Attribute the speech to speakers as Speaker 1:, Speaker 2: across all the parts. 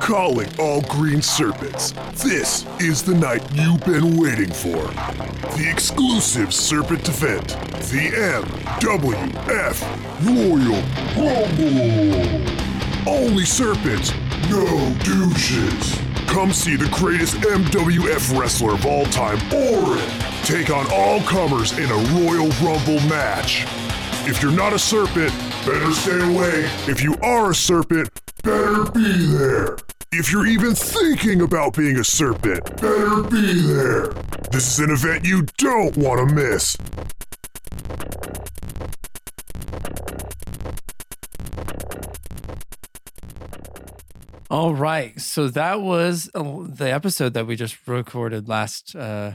Speaker 1: Calling all green serpents. This is the night you've been waiting for. The exclusive serpent event, the MWF Royal Rumble. Only serpents, no douches. Come see the greatest MWF wrestler of all time, Orin, take on all comers in a Royal Rumble match. If you're not a serpent, better stay away. If you are a serpent, better be there. If you're even thinking about being a serpent, better be there. This is an event you don't want to miss.
Speaker 2: All right. So that was uh, the episode that we just recorded last. Uh,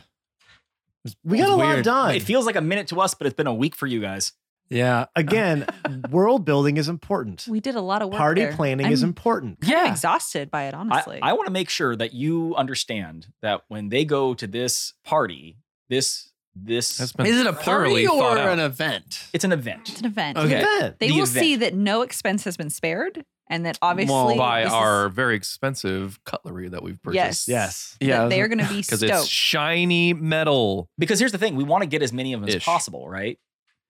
Speaker 2: was-
Speaker 3: We
Speaker 2: was
Speaker 3: got a lot
Speaker 2: weird.
Speaker 3: done.
Speaker 4: It feels like a minute to us, but it's been a week for you guys.
Speaker 2: Yeah.
Speaker 3: Again, world building is important.
Speaker 5: We did a lot of work.
Speaker 3: Party
Speaker 5: there.
Speaker 3: planning
Speaker 5: I'm
Speaker 3: is important.
Speaker 5: kind of
Speaker 2: Uh, Yeah.
Speaker 5: exhausted by it,
Speaker 4: I,
Speaker 5: honestly.
Speaker 4: I want to make sure that you understand that when they go to this party, this this
Speaker 2: That's been
Speaker 6: Is it a
Speaker 2: thoroughly
Speaker 6: party or
Speaker 2: thought out.
Speaker 6: an event?
Speaker 4: it's an
Speaker 5: it's
Speaker 4: event.
Speaker 5: an event.
Speaker 2: Okay.
Speaker 3: Event.
Speaker 5: They
Speaker 4: The
Speaker 5: will
Speaker 4: event.
Speaker 5: see that no expense has been spared and that obviously
Speaker 6: well, by
Speaker 5: this is-
Speaker 6: our very expensive cutlery that we've purchased.
Speaker 5: Yes.
Speaker 3: Yes.
Speaker 5: that
Speaker 2: Yeah.
Speaker 5: they are going to be
Speaker 6: Because it's
Speaker 5: stoked.
Speaker 6: shiny metal.
Speaker 4: Because here's the thing, we want to get as many of them as
Speaker 6: Ish.
Speaker 4: possible, right?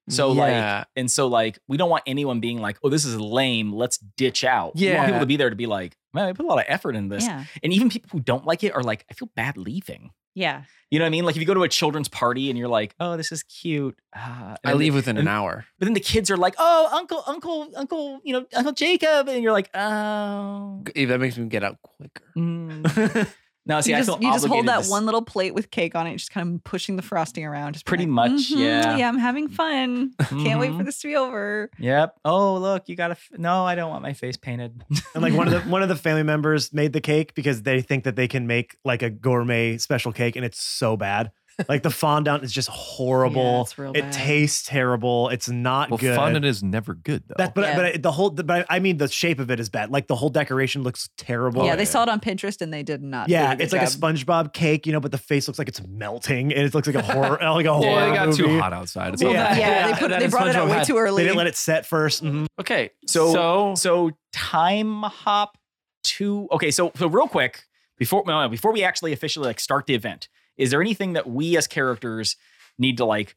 Speaker 4: So like
Speaker 6: Yeah.
Speaker 4: and so like we don't want anyone being like, oh, this is lame. Let's ditch out. We want
Speaker 2: Yeah.
Speaker 4: people to be there to be like, man, I put a lot of effort in this.
Speaker 5: Yeah.
Speaker 4: And even people who don't like it are like, I feel bad leaving.
Speaker 5: Yeah.
Speaker 4: You know what I mean? Like if you go to a children's party and you're like, oh, this is cute. ah,"
Speaker 2: I
Speaker 4: and
Speaker 2: leave within an
Speaker 4: and-
Speaker 2: hour.
Speaker 4: But then the kids are like, oh, uncle, uncle, uncle, you know, Uncle Jacob. And you're like, oh.
Speaker 2: G- That makes me get out quicker.
Speaker 4: mm." no, see,
Speaker 5: you
Speaker 4: I
Speaker 5: just,
Speaker 4: feel
Speaker 5: you just hold
Speaker 4: obligated to
Speaker 5: that
Speaker 4: s-
Speaker 5: one little plate with cake on it, just kind of pushing the frosting around. Just
Speaker 4: Pretty
Speaker 5: like,
Speaker 4: much,
Speaker 5: "Mhm,
Speaker 4: yeah.
Speaker 5: Yeah, I'm having fun. Can't wait for
Speaker 4: Mhm.
Speaker 5: this to be over.
Speaker 4: Yep. Oh, look, you got to. F- no, I don't want my face painted.
Speaker 3: And like one of the one of the family members made the cake because they think that they can make like a gourmet special cake and it's so bad. Like the fondant is just
Speaker 5: Yeah,
Speaker 3: horrible.
Speaker 5: it's real
Speaker 3: it
Speaker 5: bad.
Speaker 3: tastes terrible. It's not
Speaker 6: Well,
Speaker 3: good.
Speaker 6: fondant is never good though.
Speaker 3: That, but
Speaker 5: Yeah.
Speaker 3: but I- the whole but I I mean the shape of it is bad. Like the whole decoration looks terrible.
Speaker 5: yeah, they saw it on Pinterest and they did not.
Speaker 3: Yeah,
Speaker 5: do good
Speaker 3: it's like a
Speaker 5: job.
Speaker 3: SpongeBob cake, you know, but the face looks like it's melting and it looks like a horror like a horror
Speaker 6: well, it got
Speaker 3: movie.
Speaker 6: too hot outside. It's
Speaker 3: Well,
Speaker 6: all
Speaker 3: that-
Speaker 6: bad.
Speaker 5: yeah, they
Speaker 2: Yeah,
Speaker 5: put
Speaker 2: that
Speaker 5: they
Speaker 2: is
Speaker 5: brought it out
Speaker 2: SpongeBob
Speaker 5: way
Speaker 2: had-
Speaker 5: too early.
Speaker 3: They didn't let it set 1st Mhm.
Speaker 6: Okay.
Speaker 4: So-
Speaker 6: so
Speaker 4: so time hop to. Okay, so so real quick before no, no, before we actually officially like start the event, is there anything that we as characters need to like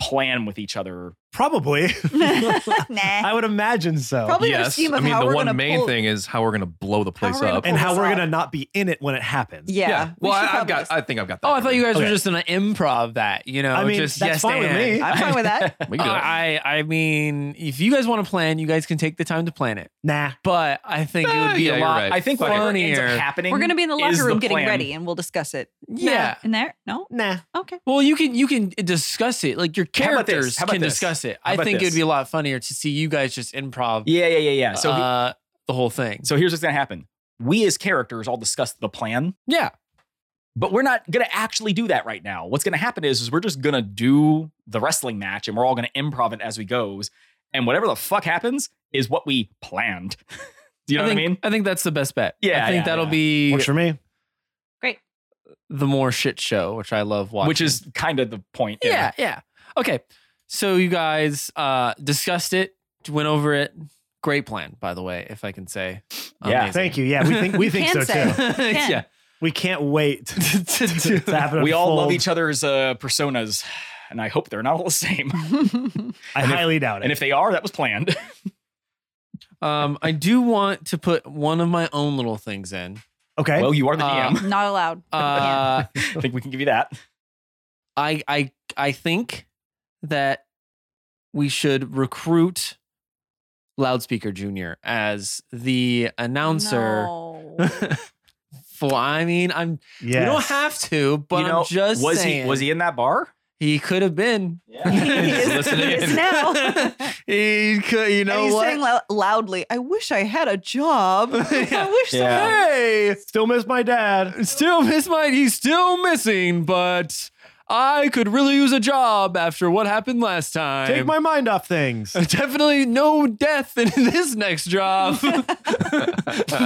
Speaker 4: plan with each other?
Speaker 3: Probably.
Speaker 5: nah.
Speaker 3: I would imagine so.
Speaker 5: Probably their
Speaker 6: yes,
Speaker 5: scheme
Speaker 6: I
Speaker 5: of
Speaker 6: mean
Speaker 5: how
Speaker 6: the
Speaker 5: we're
Speaker 6: one
Speaker 5: gonna
Speaker 6: main
Speaker 5: pull-
Speaker 6: thing is how we're gonna blow the place
Speaker 5: we're gonna
Speaker 6: up.
Speaker 3: And how
Speaker 5: Pull
Speaker 3: we're
Speaker 5: this
Speaker 3: gonna
Speaker 5: off.
Speaker 3: not be in it when it happens.
Speaker 5: Yeah. we
Speaker 6: Well,
Speaker 5: should
Speaker 6: I, I've
Speaker 5: probably
Speaker 6: got.
Speaker 5: just-
Speaker 6: I think I've got. That
Speaker 2: Oh, I thought you guys
Speaker 3: Okay.
Speaker 2: were just gonna improv that. You know,
Speaker 3: I mean,
Speaker 2: just
Speaker 3: that's
Speaker 2: yes
Speaker 3: fine with
Speaker 2: and.
Speaker 3: me.
Speaker 5: I'm fine with that.
Speaker 6: We can do
Speaker 2: Uh,
Speaker 6: that.
Speaker 2: I I mean, if you guys want to plan, you guys can take the time to plan it.
Speaker 3: Nah.
Speaker 2: But I think it
Speaker 6: Ah,
Speaker 2: would be
Speaker 6: yeah,
Speaker 2: a
Speaker 6: you're
Speaker 2: lot.
Speaker 6: right.
Speaker 4: I think whatever ends up
Speaker 2: Funnier.
Speaker 4: happening.
Speaker 5: We're gonna be in the
Speaker 4: is
Speaker 5: locker room getting
Speaker 4: plan.
Speaker 5: ready, and we'll discuss it. Nah,
Speaker 2: Yeah.
Speaker 5: in there? No.
Speaker 3: Nah.
Speaker 5: Okay.
Speaker 2: Well, you can you can discuss it. Like your
Speaker 4: How about this?
Speaker 2: characters
Speaker 4: How about
Speaker 2: can
Speaker 4: this?
Speaker 2: discuss it.
Speaker 4: How
Speaker 2: I
Speaker 4: about
Speaker 2: think
Speaker 4: this?
Speaker 2: it'd be a lot funnier to see you guys just improv.
Speaker 4: Yeah, yeah, yeah, yeah. So he-
Speaker 2: uh, the whole thing.
Speaker 4: So here's what's gonna happen. We as characters all discuss the plan,
Speaker 2: yeah,
Speaker 4: but we're not gonna actually do that right now. What's gonna happen is, is we're just gonna do the wrestling match and we're all gonna improv it as we goes. And whatever the fuck happens is what we planned. do you know
Speaker 2: I think,
Speaker 4: what I mean?
Speaker 2: I think that's the best bet.
Speaker 4: Yeah,
Speaker 2: I think
Speaker 4: yeah,
Speaker 2: that'll
Speaker 4: yeah.
Speaker 2: be
Speaker 3: Works for me.
Speaker 2: the more shit show, which I love watching.
Speaker 4: Which is kind of the point.
Speaker 2: yeah, yeah. Okay, so you guys uh discussed it, went over it. Great plan, by the way, if I can say.
Speaker 4: Yeah.
Speaker 2: Amazing.
Speaker 3: Thank you. Yeah, we think we think
Speaker 5: can
Speaker 3: so
Speaker 5: say.
Speaker 3: too.
Speaker 2: yeah,
Speaker 3: We can't wait to, to, to have it
Speaker 4: We all love
Speaker 3: unfold.
Speaker 4: each other's uh, personas, and I hope they're not all the same.
Speaker 3: I
Speaker 4: and if-
Speaker 3: highly doubt it.
Speaker 4: and if they are, that was planned.
Speaker 2: Um, I do want to put one of my own little things in.
Speaker 3: okay.
Speaker 4: Well, you are the
Speaker 2: Uh,
Speaker 4: DM.
Speaker 5: not allowed. Yeah.
Speaker 2: Uh,
Speaker 4: I think we can give you that.
Speaker 2: I I I think that we should recruit Loudspeaker Junior as the announcer.
Speaker 5: No.
Speaker 2: For I mean, I'm
Speaker 3: yes.
Speaker 2: we don't have to, but
Speaker 4: you know,
Speaker 2: I'm just
Speaker 4: was
Speaker 2: saying
Speaker 4: he was he in that bar?
Speaker 2: he could have been.
Speaker 5: He is-
Speaker 6: Listen
Speaker 5: he
Speaker 6: in.
Speaker 5: is now.
Speaker 2: he could. You know
Speaker 5: and he's
Speaker 2: what?
Speaker 5: saying lou- loudly, "I wish I had a job. I wish
Speaker 4: Yeah.
Speaker 5: someone
Speaker 2: hey,
Speaker 3: Still miss my dad.
Speaker 2: still miss my he's still missing but i could really use a job after what happened last time
Speaker 3: Take my mind off things.
Speaker 2: definitely no death in this next job no.
Speaker 3: Curse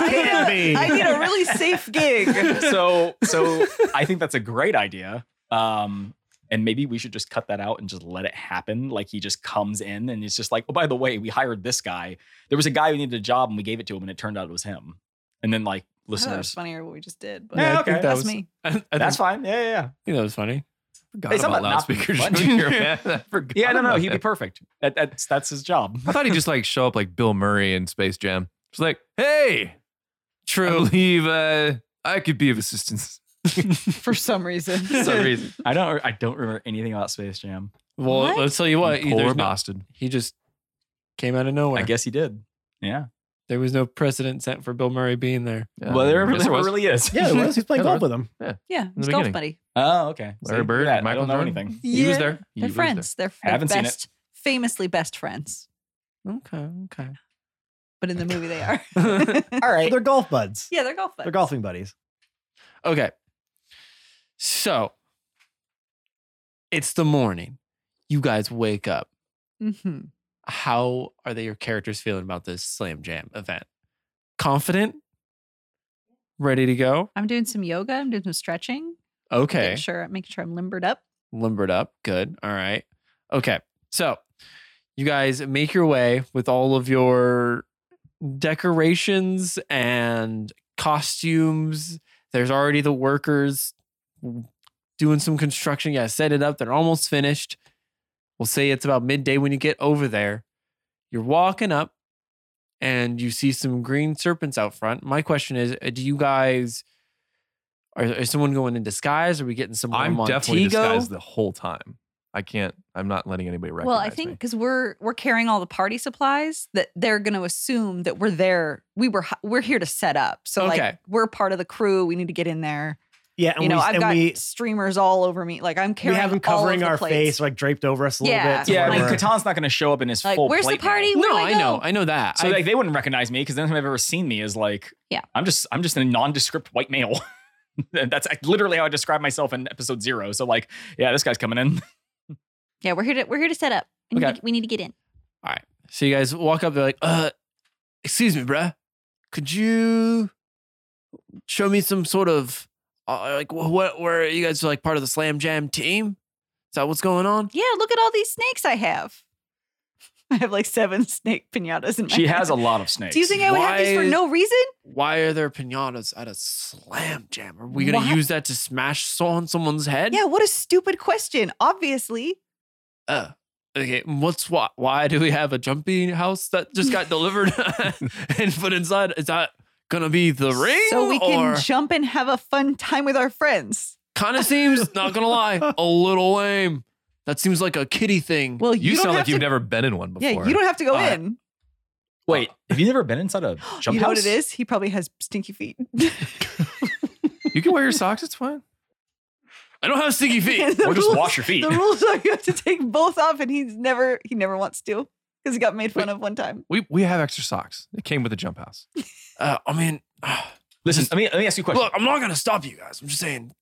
Speaker 5: I need,
Speaker 3: me.
Speaker 5: a, I need a really safe gig."
Speaker 4: so so I think that's a great idea. Um, And maybe we should just cut that out and just let it happen. Like he just comes in and it's just like, oh, by the way, we hired this guy. There was a guy who needed a job and we gave it to him and it turned out it was him. And then like
Speaker 5: I thought that was
Speaker 4: listeners,
Speaker 5: funnier what we just did. But
Speaker 4: Yeah,
Speaker 2: I
Speaker 4: okay,
Speaker 2: think that
Speaker 5: that's
Speaker 2: was,
Speaker 5: me.
Speaker 2: I, I think,
Speaker 4: that's fine. Yeah, yeah, yeah.
Speaker 2: think that was funny.
Speaker 6: Forgot
Speaker 4: It's
Speaker 6: about
Speaker 4: about not being
Speaker 6: loudspeaker
Speaker 4: funny.
Speaker 6: junior, man. I forgot
Speaker 4: Yeah, no, no,
Speaker 6: about
Speaker 4: he'd be
Speaker 6: that.
Speaker 4: perfect. That, that's that's his job.
Speaker 6: I thought he'd just like show up like Bill Murray in Space Jam. Just like, hey, I
Speaker 2: True.
Speaker 6: believe uh, I could be of assistance
Speaker 5: For some reason.
Speaker 6: for some reason.
Speaker 4: I don't I don't remember anything about Space Jam.
Speaker 2: Well,
Speaker 5: What?
Speaker 2: let's tell you what.
Speaker 6: Poor
Speaker 2: Either no,
Speaker 6: Boston.
Speaker 2: he just came out of nowhere.
Speaker 4: I guess he did. Yeah.
Speaker 2: there was no precedent set for Bill Murray being there.
Speaker 6: Yeah,
Speaker 4: well, there,
Speaker 6: I guess
Speaker 4: there
Speaker 6: it was.
Speaker 4: really is.
Speaker 3: Yeah, it was. He's playing
Speaker 6: Yeah, there
Speaker 3: golf with him.
Speaker 5: yeah,
Speaker 6: the
Speaker 5: it's golf
Speaker 6: beginning.
Speaker 5: buddy.
Speaker 4: Oh, okay.
Speaker 6: Larry
Speaker 4: See,
Speaker 6: Bird,
Speaker 4: look at that. I
Speaker 6: Michael
Speaker 4: don't know
Speaker 6: Jordan.
Speaker 4: anything.
Speaker 6: He was there. He
Speaker 5: They're
Speaker 6: was there.
Speaker 5: friends. They're, they're
Speaker 4: haven't seen it.
Speaker 5: best, famously best friends.
Speaker 2: Okay. Okay.
Speaker 5: But in the movie, they are.
Speaker 3: All right. They're golf buds.
Speaker 5: yeah, they're golf buddies.
Speaker 3: They're golfing buddies.
Speaker 2: Okay. So it's the morning. You guys wake up.
Speaker 5: Mm-hmm.
Speaker 2: How are they your characters feeling about this slam jam event? Confident? Ready to go?
Speaker 5: I'm doing some yoga. I'm doing some stretching.
Speaker 2: Okay.
Speaker 5: Making sure, making sure I'm limbered up.
Speaker 2: Limbered up. Good. All right. Okay. So you guys make your way with all of your decorations and costumes. There's already the workers doing some construction. Yeah, set it up. They're almost finished. We'll say it's about midday when you get over there. You're walking up and you see some green serpents out front. My question is uh, do you guys. Are, is someone going in disguise? Are we getting some?
Speaker 6: I'm
Speaker 2: Montego?
Speaker 6: definitely disguised the whole time. I can't. I'm not letting anybody recognize
Speaker 5: Well, I think
Speaker 6: me.
Speaker 5: because we're we're carrying all the party supplies that they're going to assume that we're there. We were hi- we're here to set up. So
Speaker 2: Okay.
Speaker 5: like we're part of the crew. We need to get in there.
Speaker 3: Yeah, and
Speaker 5: you know,
Speaker 3: we,
Speaker 5: I've
Speaker 3: and
Speaker 5: got
Speaker 3: we,
Speaker 5: streamers all over me. Like I'm
Speaker 3: we
Speaker 5: carrying.
Speaker 3: have him
Speaker 5: all
Speaker 3: covering
Speaker 5: over
Speaker 3: our
Speaker 5: the place.
Speaker 3: face, like draped over us a little
Speaker 5: Yeah.
Speaker 3: bit. so
Speaker 4: Yeah,
Speaker 3: we're-
Speaker 4: like
Speaker 5: Whatever.
Speaker 4: Katan's not going to show up in his
Speaker 5: Like,
Speaker 4: full
Speaker 5: where's the
Speaker 4: plate now.
Speaker 5: party? Where
Speaker 2: No,
Speaker 5: do
Speaker 2: I
Speaker 5: go?
Speaker 2: know, I know that.
Speaker 4: So
Speaker 2: I-
Speaker 4: like they wouldn't recognize me because anytime I've ever seen me is like,
Speaker 5: Yeah.
Speaker 4: I'm just I'm just a nondescript white male. That's like, literally how I describe myself in episode zero. So like, yeah, this guy's coming in.
Speaker 5: Yeah, we're here to we're here to set up. We need,
Speaker 2: Okay.
Speaker 5: to, we need to get in.
Speaker 2: So you guys walk up, they're like, uh, excuse me, bruh, could you show me some sort of, uh, like, wh- what, where you guys are like part of the Slam Jam team? Is that what's going on?
Speaker 5: Yeah, look at all these snakes I have. I have like seven snake pinatas in my.
Speaker 4: She has a
Speaker 5: hand.
Speaker 4: lot of snakes.
Speaker 5: Do you think I would have these for
Speaker 2: Why-
Speaker 5: no reason?
Speaker 2: Why are there pinatas at a Slam Jam? Are we going to
Speaker 5: What?
Speaker 2: use that to smash on someone's head?
Speaker 5: Yeah, what a stupid question. Obviously,
Speaker 2: Uh, okay, what's why? Why do we have a jumpy house that just got delivered and put inside? Is that going to be the ring?
Speaker 5: so we can
Speaker 2: or-
Speaker 5: jump and have a fun time with our friends.
Speaker 2: Kind of seems, not gonna lie, a little lame. That seems like a kitty thing.
Speaker 5: Well,
Speaker 6: you,
Speaker 5: you, don't
Speaker 6: sound
Speaker 5: have
Speaker 6: like you've
Speaker 5: to,
Speaker 6: never been in one before.
Speaker 5: Yeah, you don't have to go
Speaker 2: Uh,
Speaker 5: in.
Speaker 4: Wait, have you never been inside a jump
Speaker 5: you know
Speaker 4: house?
Speaker 5: what it is? He probably has stinky feet.
Speaker 6: You can wear your socks. It's fine.
Speaker 2: I don't have sticky feet.
Speaker 5: The
Speaker 4: Or just
Speaker 5: rules-
Speaker 4: wash your feet.
Speaker 5: The rules are you have to take both off, and he's never he never wants to because he got made fun of one time.
Speaker 6: We we have extra socks. It came with the jump house.
Speaker 2: Uh, I mean,
Speaker 4: Listen, let me let me ask you a question.
Speaker 2: look, I'm not gonna stop you guys. I'm just saying,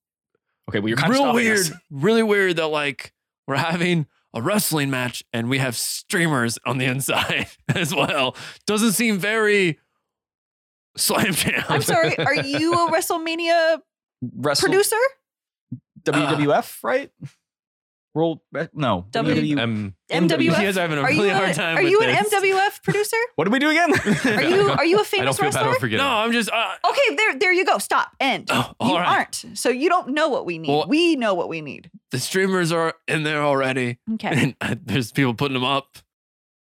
Speaker 4: okay, well you're kind of
Speaker 2: real
Speaker 4: stopping
Speaker 2: weird,
Speaker 4: us.
Speaker 2: really weird that like we're having a wrestling match and we have streamers on the inside as well. Doesn't seem very slam jam.
Speaker 5: I'm sorry. Are you a WrestleMania
Speaker 4: Wrestle
Speaker 5: producer?
Speaker 4: WWF, right? World no
Speaker 5: W-
Speaker 6: Um,
Speaker 2: You
Speaker 5: MWF.
Speaker 2: guys are having a
Speaker 5: Are you
Speaker 2: really
Speaker 5: a-
Speaker 2: hard time.
Speaker 5: Are
Speaker 2: with
Speaker 5: you
Speaker 2: this.
Speaker 5: an MWF producer?
Speaker 4: What did we do again?
Speaker 5: Are you are you a
Speaker 6: I don't
Speaker 5: famous
Speaker 6: feel bad. I
Speaker 5: wrestler?
Speaker 6: don't forget.
Speaker 2: No,
Speaker 6: it.
Speaker 2: I'm just. Uh,
Speaker 5: Okay, there there you go. Stop. End.
Speaker 2: oh,
Speaker 5: you
Speaker 2: all right.
Speaker 5: aren't. So you don't know what we need.
Speaker 2: Well-
Speaker 5: we know what we need.
Speaker 2: The streamers are in there already,
Speaker 5: Okay.
Speaker 2: and uh, there's people putting them up.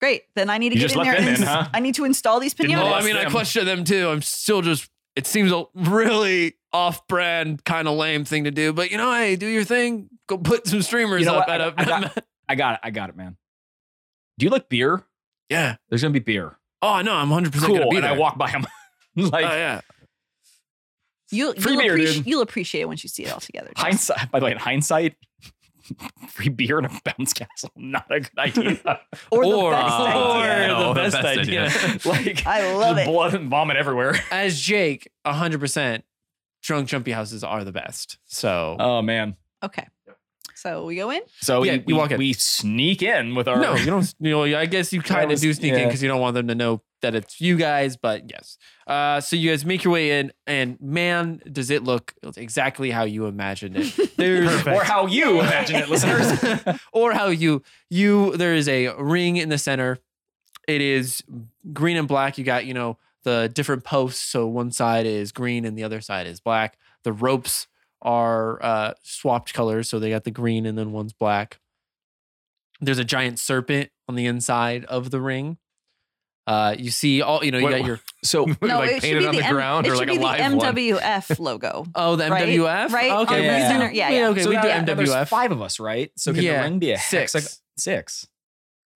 Speaker 5: Great. Then I need to
Speaker 4: You
Speaker 5: get
Speaker 4: just
Speaker 5: in
Speaker 4: left
Speaker 5: there
Speaker 4: them
Speaker 5: and
Speaker 4: in,
Speaker 5: s-
Speaker 4: huh?
Speaker 5: I need to install these
Speaker 4: Didn't
Speaker 5: pinatas.
Speaker 4: Yeah,
Speaker 2: Well, I
Speaker 4: that's
Speaker 2: mean, I
Speaker 4: them.
Speaker 2: question them too. I'm still just. It seems a really off-brand kind of lame thing to do, but you know, hey, do your thing. Go put some streamers
Speaker 4: You know
Speaker 2: up
Speaker 4: what?
Speaker 2: at
Speaker 4: I-
Speaker 2: a.
Speaker 4: I got- I got it. I got it, man. Do you like beer?
Speaker 2: yeah.
Speaker 4: There's gonna be beer.
Speaker 2: Oh no, I'm 100 percent gonna
Speaker 4: Cool.
Speaker 2: be
Speaker 4: And
Speaker 2: there.
Speaker 4: I walk by him. like
Speaker 2: oh yeah.
Speaker 5: You'll,
Speaker 4: Free
Speaker 5: you'll,
Speaker 4: beer,
Speaker 5: appreci-
Speaker 4: dude.
Speaker 5: you'll appreciate it once you see it all together. Jason.
Speaker 4: hindsight. By the way, in hindsight, free beer and a bounce castle not a good idea.
Speaker 5: Or,
Speaker 2: Or-
Speaker 5: the best
Speaker 2: or-
Speaker 5: idea.
Speaker 4: Yeah,
Speaker 6: No,
Speaker 4: the
Speaker 6: the
Speaker 4: best,
Speaker 6: best
Speaker 4: idea. like
Speaker 5: I love
Speaker 4: just
Speaker 5: it.
Speaker 4: blood and vomit everywhere.
Speaker 2: As Jake, 100 percent drunk jumpy houses are the best. So
Speaker 4: Oh man.
Speaker 5: Okay. So we go in.
Speaker 4: So
Speaker 2: Yeah,
Speaker 4: we,
Speaker 2: you
Speaker 4: we,
Speaker 2: walk in.
Speaker 4: we sneak in with our.
Speaker 2: No, you don't. You know, I guess you kind of
Speaker 4: was-
Speaker 2: do sneak in
Speaker 4: yeah.
Speaker 2: because you don't want them to know that it's you guys. But yes, uh, so you guys make your way in, and man, does it look exactly how you imagined it. There's
Speaker 3: Perfect.
Speaker 4: or how you imagine it, listeners.
Speaker 2: or how you you there is a ring in the center. It is green and black. You got you know the different posts. So one side is green and the other side is black. The ropes are uh, swapped colors, so they got the green and then one's black. There's a giant serpent on the inside of the ring. Uh, you see all you know. You
Speaker 6: What-
Speaker 2: got your
Speaker 4: So
Speaker 5: No,
Speaker 6: like
Speaker 5: it should
Speaker 6: painted
Speaker 5: be
Speaker 6: on
Speaker 5: the,
Speaker 6: the,
Speaker 5: M-
Speaker 6: ground
Speaker 5: it
Speaker 6: or
Speaker 5: should
Speaker 6: like a
Speaker 5: be the
Speaker 6: live one.
Speaker 5: MWF logo.
Speaker 2: oh the
Speaker 5: Right?
Speaker 2: MWF
Speaker 5: Right? On
Speaker 2: Okay,
Speaker 4: the
Speaker 2: yeah.
Speaker 4: center.
Speaker 5: Yeah,
Speaker 2: We-
Speaker 5: yeah.
Speaker 2: okay,
Speaker 4: so
Speaker 2: we
Speaker 4: now
Speaker 2: do
Speaker 4: that- now there's
Speaker 2: MWF.
Speaker 4: five of us, right? So can
Speaker 2: Yeah,
Speaker 4: the ring be a
Speaker 2: six.
Speaker 4: hexag- Six.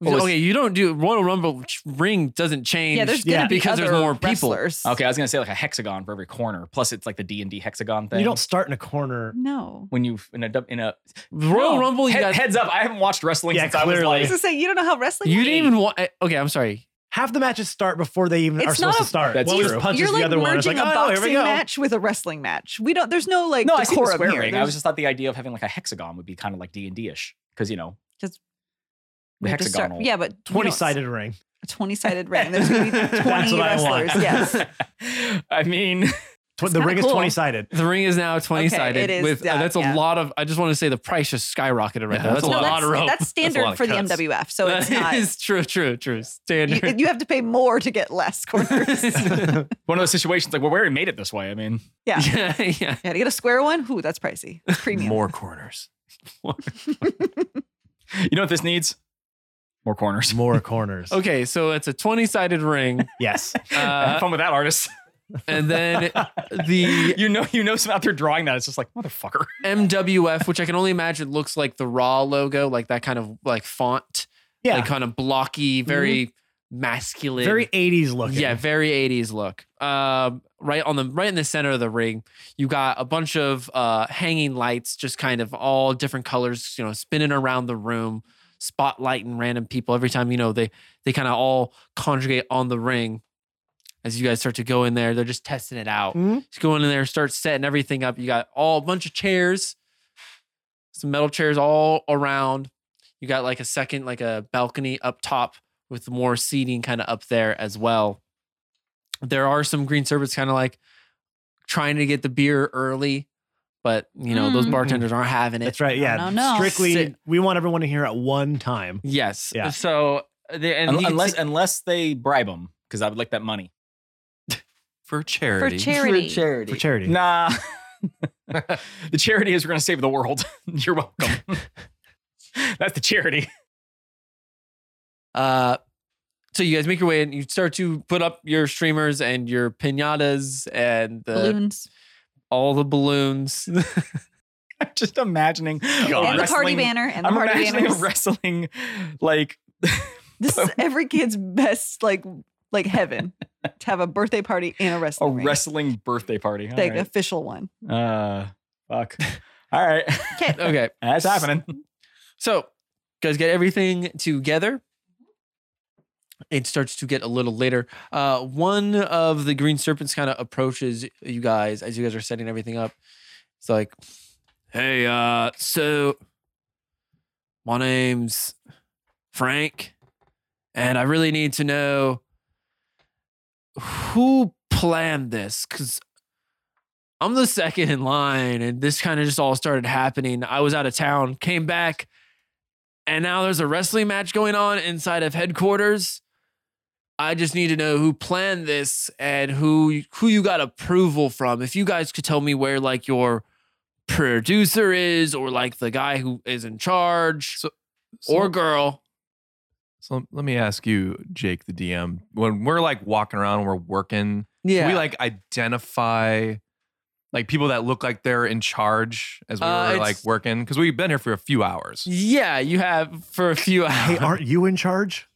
Speaker 4: Oh, it's-
Speaker 2: Okay, you don't do Royal Rumble ring doesn't change.
Speaker 5: Yeah, there's
Speaker 3: Yeah,
Speaker 5: gonna be
Speaker 2: because
Speaker 5: other
Speaker 2: there's more people.
Speaker 5: wrestlers.
Speaker 4: Okay, I was gonna say like a hexagon for every corner. Plus, it's like the D and D hexagon thing.
Speaker 3: You don't start in a corner.
Speaker 5: No.
Speaker 4: when you in a dub- in a
Speaker 2: Royal
Speaker 4: No,
Speaker 2: Rumble. You
Speaker 4: head-
Speaker 2: got
Speaker 4: heads up. I haven't watched wrestling
Speaker 3: Yeah,
Speaker 4: since
Speaker 3: clearly.
Speaker 4: I was
Speaker 5: I was
Speaker 4: like.
Speaker 5: gonna say you don't know how wrestling.
Speaker 2: you
Speaker 5: works.
Speaker 2: didn't even want. Okay, I'm sorry.
Speaker 3: Half the matches start before they even
Speaker 5: It's
Speaker 3: are
Speaker 5: not
Speaker 3: supposed
Speaker 5: a-
Speaker 3: to start.
Speaker 4: That's
Speaker 3: one always
Speaker 4: true.
Speaker 3: punches
Speaker 5: You're like
Speaker 3: the other one. It's
Speaker 5: merging
Speaker 3: like,
Speaker 5: a
Speaker 3: oh, no, here we
Speaker 5: boxing
Speaker 3: go.
Speaker 5: match with a wrestling match. We don't. There's no like
Speaker 4: No, I see the
Speaker 5: decorum
Speaker 4: square
Speaker 5: here.
Speaker 4: ring. I
Speaker 5: There's-
Speaker 4: was just thought the idea of having like a hexagon would be kind of like D and D ish because you know
Speaker 5: 'Cause
Speaker 4: the
Speaker 5: we have to start-
Speaker 4: hexagonal.
Speaker 5: Yeah, but we don't-
Speaker 3: Twenty sided ring.
Speaker 5: A twenty-sided ring. There's gonna be
Speaker 3: That's
Speaker 5: twenty
Speaker 3: what I want.
Speaker 5: wrestlers. Yes.
Speaker 4: I mean,
Speaker 3: Tw-
Speaker 5: It's
Speaker 3: the
Speaker 5: kinda
Speaker 3: ring is
Speaker 5: cool.
Speaker 3: twenty sided.
Speaker 2: The ring is now 20 sided.
Speaker 5: it is
Speaker 2: with uh,
Speaker 5: that,
Speaker 2: that's a
Speaker 5: yeah.
Speaker 2: lot of. I just want to say the price just skyrocketed right now. That's,
Speaker 6: Yeah, that's
Speaker 2: a
Speaker 6: a
Speaker 5: No,
Speaker 2: lot,
Speaker 5: that's,
Speaker 2: of rope.
Speaker 5: that's standard
Speaker 6: lot of
Speaker 5: for the
Speaker 6: cuts.
Speaker 5: MWF. So it's
Speaker 2: That
Speaker 5: not.
Speaker 2: is true, true, true.
Speaker 5: You,
Speaker 2: Standard.
Speaker 5: you have to pay more to get less corners.
Speaker 4: one of those situations like, well, we already made it this way. I mean,
Speaker 5: yeah.
Speaker 2: yeah, yeah.
Speaker 5: Yeah, to get a square one, ooh, that's pricey. It's premium.
Speaker 6: More corners.
Speaker 4: you know what this needs? More corners.
Speaker 3: More corners.
Speaker 2: Okay, so it's a 20 sided ring,
Speaker 3: Yes.
Speaker 2: uh,
Speaker 4: Have fun with that, artist.
Speaker 2: and then the
Speaker 4: you know, you know, some out there drawing that. It's just like motherfucker.
Speaker 2: MWF, which I can only imagine looks like the Raw logo, like that kind of like font,
Speaker 3: Yeah.
Speaker 2: like kind of blocky, very masculine,
Speaker 3: Very eighties looking.
Speaker 2: Yeah, very 80s look. Um, right on the right in the center of the ring, you got a bunch of uh, hanging lights, just kind of all different colors, you know, spinning around the room, spotlighting random people every time. You know, they they kind of all conjugate on the ring. As you guys start to go in there, they're just testing it out.
Speaker 3: Mhm.
Speaker 2: Just go in there, start setting everything up. You got all a bunch of chairs, some metal chairs all around. You got like a second, like a balcony up top with more seating kind of up there as well. There are some green servers kind of like trying to get the beer early, but you know, those
Speaker 5: Mm.
Speaker 2: bartenders aren't having it.
Speaker 3: That's right. Yeah.
Speaker 5: No, no, no.
Speaker 3: Strictly,
Speaker 2: Sit.
Speaker 3: we want everyone to hear at one time.
Speaker 2: Yes.
Speaker 3: Yeah.
Speaker 2: So they, and you
Speaker 4: Un-
Speaker 2: can
Speaker 4: unless,
Speaker 2: see-
Speaker 4: unless they bribe them, because I would like that money.
Speaker 5: for
Speaker 6: For charity.
Speaker 5: charity.
Speaker 3: for charity.
Speaker 4: Nah. the charity is we're gonna save the world. You're welcome. That's the charity.
Speaker 2: Uh, so you guys make your way and you start to put up your streamers and your pinatas and the,
Speaker 5: Balloons.
Speaker 2: all the balloons.
Speaker 4: I'm just imagining
Speaker 5: and the party banner. And the
Speaker 4: Oh, I'm
Speaker 5: party
Speaker 4: imagining
Speaker 5: banners.
Speaker 4: wrestling like
Speaker 5: this is every kid's best like like heaven to have a birthday party and a
Speaker 4: a
Speaker 5: wrestling ring.
Speaker 4: wrestling birthday party. All
Speaker 5: like
Speaker 4: right.
Speaker 5: official one.
Speaker 4: Uh, fuck. All right,
Speaker 5: Okay.
Speaker 2: okay.
Speaker 4: that's happening.
Speaker 2: So, you guys get everything together. It starts to get a little later. Uh, one of the green serpents kind of approaches you guys as you guys are setting everything up. It's like, hey, uh, so my name's Frank, and I really need to know who planned this because I'm the second in line, and this kind of just all started happening. I was out of town, came back, and now there's a wrestling match going on inside of headquarters. I just need to know who planned this and who who you got approval from. If you guys could tell me where like your producer is, or like the guy who is in charge,
Speaker 6: So-
Speaker 2: or
Speaker 6: So-
Speaker 2: girl.
Speaker 6: So let me ask you, Jake, the DM. When we're like walking around, we're working.
Speaker 2: Yeah,
Speaker 6: Can we like identify like people that look like they're in charge as we
Speaker 2: Uh,
Speaker 6: were
Speaker 2: it's-
Speaker 6: like working because we've been here for a few hours.
Speaker 2: yeah. You have for a few
Speaker 3: Hey,
Speaker 2: hours.
Speaker 3: aren't you in charge?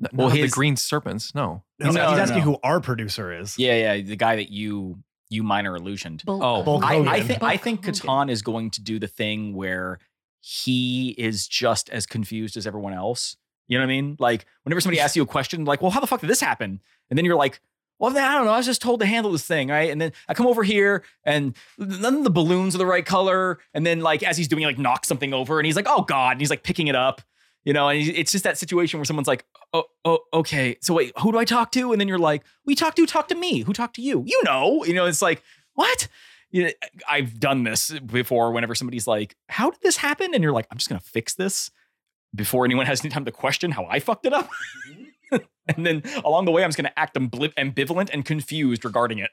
Speaker 6: N-
Speaker 4: Well,
Speaker 6: not the
Speaker 4: his-
Speaker 6: green serpents. No.
Speaker 3: No,
Speaker 4: No,
Speaker 3: he's
Speaker 4: no,
Speaker 3: asking
Speaker 4: no.
Speaker 3: who our producer is.
Speaker 4: Yeah, yeah, the guy that you you minor illusioned.
Speaker 6: Oh,
Speaker 3: Bulk
Speaker 4: I, I
Speaker 3: Hogan.
Speaker 4: think I think
Speaker 5: Hulk
Speaker 4: Catan is going to do the thing where he is just as confused as everyone else. You know what I mean? Like whenever somebody asks you a question, like, "Well, how the fuck did this happen?" and then you're like, Well, then I don't know. I was just told to handle this thing, right? And then I come over here, and none of the balloons are the right color. And then, like, as he's doing, he, like, knocks something over, and he's like, "Oh God!" And he's like picking it up, you know. And he- it's just that situation where someone's like, "Oh, oh, okay. So wait, who do I talk to?" And then you're like, "We talk to talk to me. Who talked to you? You know, you know." It's like, what? You know, I've done this before. Whenever somebody's like, "How did this happen?" and you're like, "I'm just gonna fix this." Before anyone has any time to question how I fucked it up.
Speaker 2: Mm-hmm.
Speaker 4: And then along the way, I'm just going to act ambli- ambivalent and confused regarding it.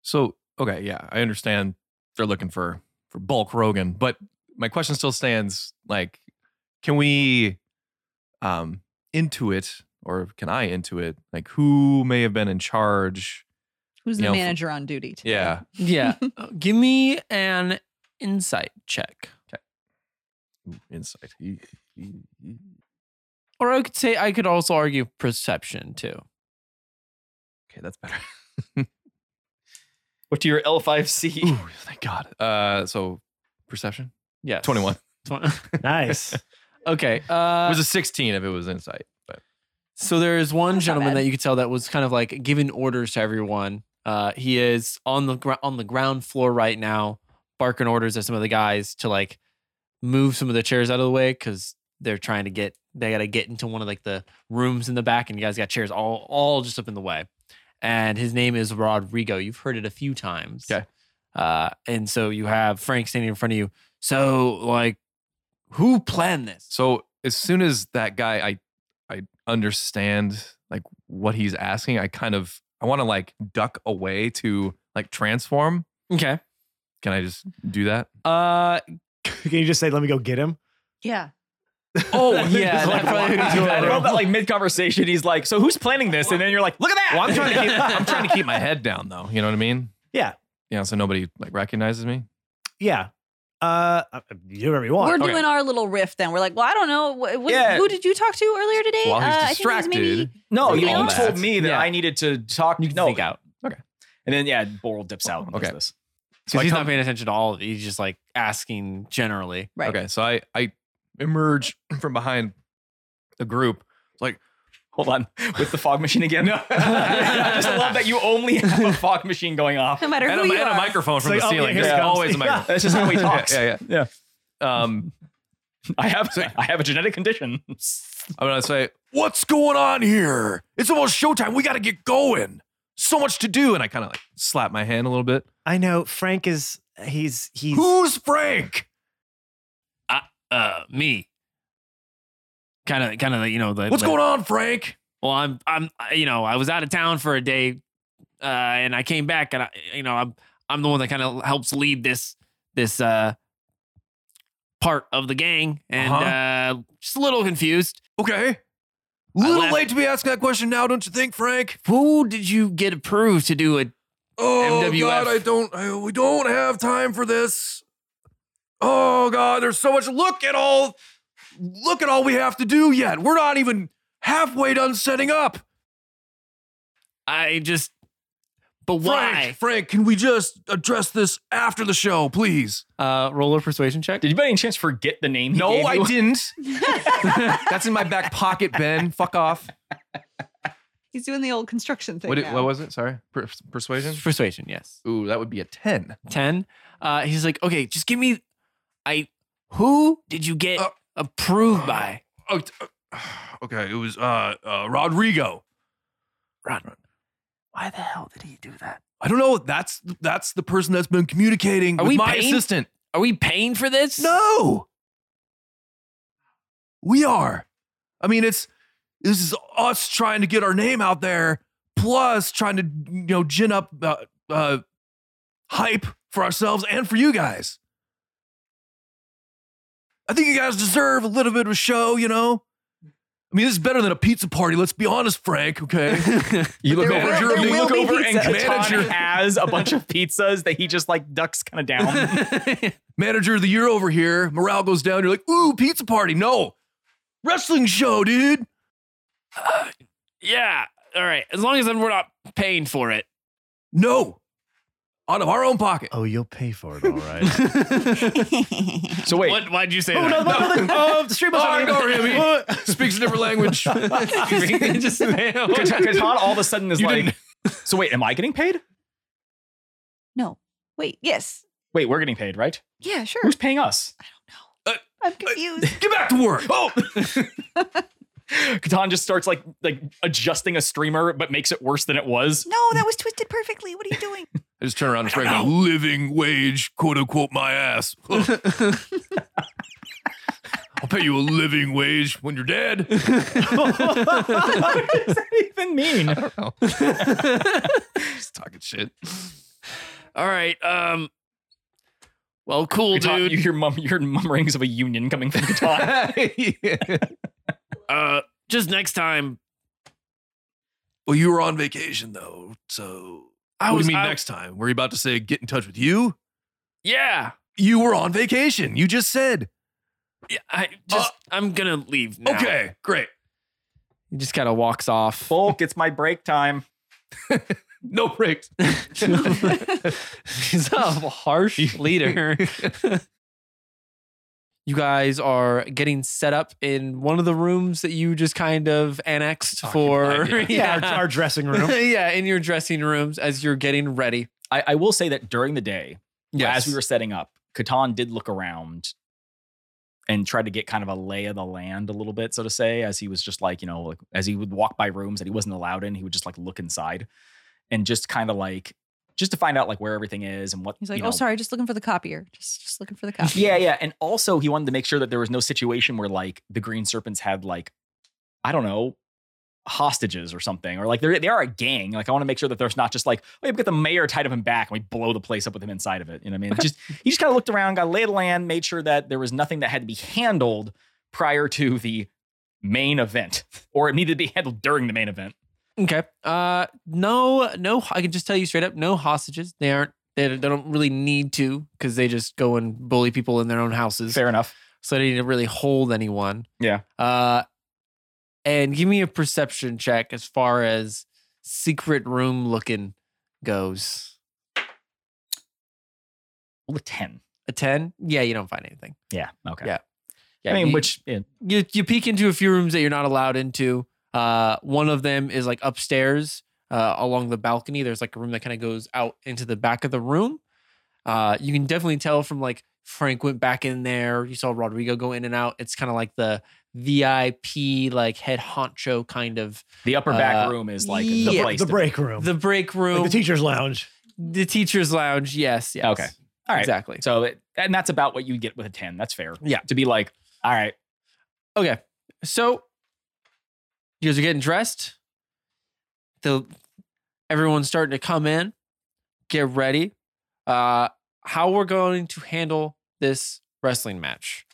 Speaker 6: So okay, yeah, I understand they're looking for for bulk Rogan, but my question still stands. Like, can we um intuit or can I intuit like who may have been in charge?
Speaker 5: Who's
Speaker 6: You
Speaker 5: the
Speaker 6: know, for-
Speaker 5: manager on duty today?
Speaker 6: Yeah,
Speaker 2: Yeah. Uh, Give me an insight check.
Speaker 6: Ooh, insight. E- e- e-
Speaker 2: Or I could say I could also argue perception too.
Speaker 6: Okay, that's better.
Speaker 4: What do your L5C?
Speaker 6: Ooh, thank God. Uh, so perception
Speaker 2: Yes.
Speaker 6: twenty one
Speaker 2: Twen-
Speaker 3: Nice.
Speaker 2: okay. Uh,
Speaker 6: It was a sixteen if it was insight, but
Speaker 2: So there is one
Speaker 5: That's not
Speaker 2: gentleman
Speaker 5: bad.
Speaker 2: that you could tell that was kind of like giving orders to everyone. Uh, he is on the gr- on the ground floor right now, barking orders at some of the guys to like move some of the chairs out of the way because they're trying to get they got to get into one of like the rooms in the back, and you guys got chairs all all just up in the way. And his name is Rodrigo. You've heard it a few times.
Speaker 6: Okay.
Speaker 2: Uh, and so you have Frank standing in front of you. So like, who planned this?
Speaker 6: So as soon as that guy, I, I understand like what he's asking. I kind of I want to like duck away to like transform.
Speaker 2: okay.
Speaker 6: Can I just do that?
Speaker 2: Uh
Speaker 3: Can you just say, "Let me go get him"?
Speaker 5: Yeah.
Speaker 2: oh
Speaker 4: Just
Speaker 2: yeah, that
Speaker 4: like,
Speaker 2: probably would be
Speaker 4: I
Speaker 2: better.
Speaker 4: love that, like mid conversation, he's like, "So who's planning this?" And then you're like, "Look at that!"
Speaker 6: Well, I'm trying to keep I'm trying to keep my head down though. You know what I mean?
Speaker 3: Yeah.
Speaker 6: Yeah. So nobody like recognizes me.
Speaker 3: Yeah. Uh, uh, do whatever you want.
Speaker 5: We're
Speaker 6: okay.
Speaker 5: doing our little riff then. We're like, well, I don't know. What, what-
Speaker 4: Yeah.
Speaker 5: Who did you talk to earlier today?
Speaker 6: While he's
Speaker 5: Uh,
Speaker 6: distracted,
Speaker 5: I think it was maybe
Speaker 4: no, you,
Speaker 5: Something
Speaker 4: you
Speaker 5: else?
Speaker 4: told me that
Speaker 2: Yeah.
Speaker 4: I needed to talk.
Speaker 2: You can
Speaker 4: no,
Speaker 2: think out.
Speaker 4: and then yeah, Boral dips out. And does
Speaker 6: Okay.
Speaker 4: this.
Speaker 6: So
Speaker 2: Because
Speaker 6: I
Speaker 2: he's
Speaker 6: come-
Speaker 2: not paying attention to all of it. He's just like asking generally.
Speaker 5: right.
Speaker 6: Okay. So I I emerge from behind the group.
Speaker 4: Hold on, with the fog machine again. I just love that you only have a fog machine going off.
Speaker 5: No matter
Speaker 6: And
Speaker 5: who
Speaker 6: a,
Speaker 5: you
Speaker 6: and a
Speaker 5: are.
Speaker 6: microphone from
Speaker 3: It's
Speaker 6: the
Speaker 3: like, oh, yeah,
Speaker 6: ceiling.
Speaker 3: here
Speaker 6: There's
Speaker 4: it comes.
Speaker 6: always a microphone.
Speaker 4: That's just how he talks.
Speaker 6: yeah, yeah, yeah. Um,
Speaker 4: I have I have a genetic condition.
Speaker 6: I'm gonna say, "What's going on here? It's almost showtime. We got to get going. So much to do." And I kind of like slap my hand a little bit.
Speaker 3: I know Frank is. He's he's.
Speaker 6: Who's Frank?
Speaker 2: Uh me. Kind of kind of you know the
Speaker 6: What's going on, Frank?
Speaker 2: Well, I'm I'm I- you know, I was out of town for a day uh and I came back and I you know, I'm I'm the one that kind of helps lead this this uh part of the gang and
Speaker 6: Uh-huh.
Speaker 2: uh just a little confused.
Speaker 6: Okay,
Speaker 2: I
Speaker 6: little
Speaker 2: left-
Speaker 6: late to be asking that question now, don't you think, Frank?
Speaker 2: Who did you get approved to do it?
Speaker 6: Oh
Speaker 2: MWF.
Speaker 6: God, I don't. I, we don't have time for this. Oh God, there's so much. Look at all. Look at all we have to do yet. We're not even halfway done setting up.
Speaker 2: I just but
Speaker 6: Frank, Frank, can we just address this after the show, please?
Speaker 2: Uh, roller persuasion check.
Speaker 4: Did you by any chance forget the name? he
Speaker 6: No,
Speaker 4: gave
Speaker 6: I
Speaker 4: you?
Speaker 6: didn't. That's in my back pocket, Ben. Fuck off.
Speaker 5: He's doing the old construction thing.
Speaker 6: What, it,
Speaker 5: now.
Speaker 6: what was it? Sorry. Per- persuasion?
Speaker 2: persuasion? Yes.
Speaker 6: Ooh, that would be a 10.
Speaker 2: Ten. Uh, he's like, okay, just give me. I. Who did you get
Speaker 6: Uh,
Speaker 2: approved by?
Speaker 6: Oh, t- uh, okay, it was uh, uh, Rodrigo.
Speaker 2: Rod. Why the hell did he do that?
Speaker 6: I don't know. That's that's the person that's been communicating
Speaker 2: Are
Speaker 6: with
Speaker 2: we
Speaker 6: my
Speaker 2: paying?
Speaker 6: assistant.
Speaker 2: Are we paying for this?
Speaker 6: No. We are. I mean, it's this is us trying to get our name out there, plus trying to you know gin up uh, uh, hype for ourselves and for you guys. I think you guys deserve a little bit of a show, you know. I mean, this is better than a pizza party. Let's be honest, Frank. Okay.
Speaker 4: You look
Speaker 5: There
Speaker 4: over,
Speaker 5: will-
Speaker 4: Jeremy,
Speaker 5: there
Speaker 4: you
Speaker 5: will
Speaker 4: look
Speaker 5: be
Speaker 4: over and
Speaker 5: pizza.
Speaker 4: Manager
Speaker 6: Manager.
Speaker 4: has a bunch of pizzas that he just like ducks kind of down.
Speaker 6: manager of the year over here. Morale goes down. You're like, ooh, pizza party. No, wrestling show, dude.
Speaker 2: yeah. All right. As long as we're not paying for it.
Speaker 6: No, out of our own pocket.
Speaker 3: oh, you'll pay for it, all right.
Speaker 4: so wait,
Speaker 2: What, why'd you say
Speaker 3: oh
Speaker 2: that?
Speaker 3: no, no, no, no. Um, the stream was
Speaker 6: Oh,
Speaker 3: on.
Speaker 6: ignore him. He speaks a different language.
Speaker 2: Just- just-
Speaker 4: Catan all of a sudden is
Speaker 6: You
Speaker 4: like,
Speaker 6: didn't-
Speaker 4: So wait, am I getting paid?
Speaker 5: No. Wait. Yes.
Speaker 4: Wait, we're getting paid, right?
Speaker 5: Yeah. Sure.
Speaker 4: Who's paying us?
Speaker 5: I'm confused.
Speaker 6: Get back to work.
Speaker 4: Oh. Catan just starts like like adjusting a streamer, but makes it worse than it was.
Speaker 5: no, that was twisted perfectly. What are you doing?
Speaker 6: I just turn around and break a living wage, quote unquote, my ass. Ugh. I'll pay you a living wage when you're dead.
Speaker 4: what does that even mean?
Speaker 6: just talking shit.
Speaker 2: All right. Um. Well, cool,
Speaker 4: Catan,
Speaker 2: dude.
Speaker 4: you hear mum, you hear mummerings of a union coming from Catan.
Speaker 2: uh, just next time.
Speaker 6: Well, you were on vacation though, so I what
Speaker 2: was-
Speaker 6: do you mean
Speaker 2: I-
Speaker 6: next time? Were you about to say get in touch with you?
Speaker 2: Yeah.
Speaker 6: You were on vacation. You just said.
Speaker 2: Yeah. I just. I'm gonna leave. Now.
Speaker 6: Uh, Okay, great.
Speaker 2: He just kind of walks off.
Speaker 4: Bulk, it's my break time.
Speaker 6: No breaks.
Speaker 2: He's a harsh leader. you guys are getting set up in one of the rooms that you just kind of annexed for.
Speaker 6: Occupied,
Speaker 3: Yeah, our, our dressing room.
Speaker 2: yeah, in your dressing rooms as you're getting ready.
Speaker 4: I, I will say that during the day,
Speaker 2: Yes.
Speaker 4: as we were setting up, Catan did look around and tried to get kind of a lay of the land a little bit, so to say, as he was just like, you know, like as he would walk by rooms that he wasn't allowed in, he would just like look inside and just kind of like just to find out like where everything is and what
Speaker 5: He's like,
Speaker 4: you
Speaker 5: oh,
Speaker 4: know."
Speaker 5: sorry, just looking for the copier. Just, just looking for the copier.
Speaker 4: Yeah, yeah. And also he wanted to make sure that there was no situation where like the green serpents had like, I don't know, hostages or something, or like they're they are a gang. Like I want to make sure that there's not just like, oh, yeah, we got the mayor tied up in back and we blow the place up with him inside of it. You know what I mean? Just he just kind of looked around, got a lay of the land, made sure that there was nothing that had to be handled prior to the main event, or it needed to be handled during the main event.
Speaker 2: Okay. Uh, no, no. I can just tell you straight up, no hostages. They aren't. They, they don't really need to because they just go and bully people in their own houses.
Speaker 4: Fair enough.
Speaker 2: So they didn't really hold anyone.
Speaker 4: Yeah.
Speaker 2: Uh, and give me a perception check as far as secret room looking goes.
Speaker 4: Well, the 10.
Speaker 2: A ten? Yeah, you don't find anything.
Speaker 4: Yeah. Okay.
Speaker 2: Yeah. Yeah,
Speaker 4: I mean,
Speaker 2: you-
Speaker 4: which yeah,
Speaker 2: you you peek into a few rooms that you're not allowed into. Uh, one of them is like upstairs uh, along the balcony. There's like a room that kind of goes out into the back of the room. Uh, you can definitely tell from like Frank went back in there. You saw Rodrigo go in and out. It's kind of like the VIP like head honcho kind of
Speaker 4: the upper back
Speaker 2: Uh,
Speaker 4: room is like the
Speaker 2: yeah,
Speaker 4: place.
Speaker 3: the
Speaker 4: to be.
Speaker 3: break room,
Speaker 2: the break room,
Speaker 3: Like the teacher's lounge.
Speaker 2: the teacher's lounge. Yes, yes.
Speaker 4: Okay. All right.
Speaker 2: Exactly.
Speaker 4: So, it, and that's about what you get with a 10. That's fair.
Speaker 2: Yeah.
Speaker 4: To be like, all right,
Speaker 2: Okay. So you guys are getting dressed. The everyone's starting to come in. Get ready. Uh how we're going to handle this wrestling match.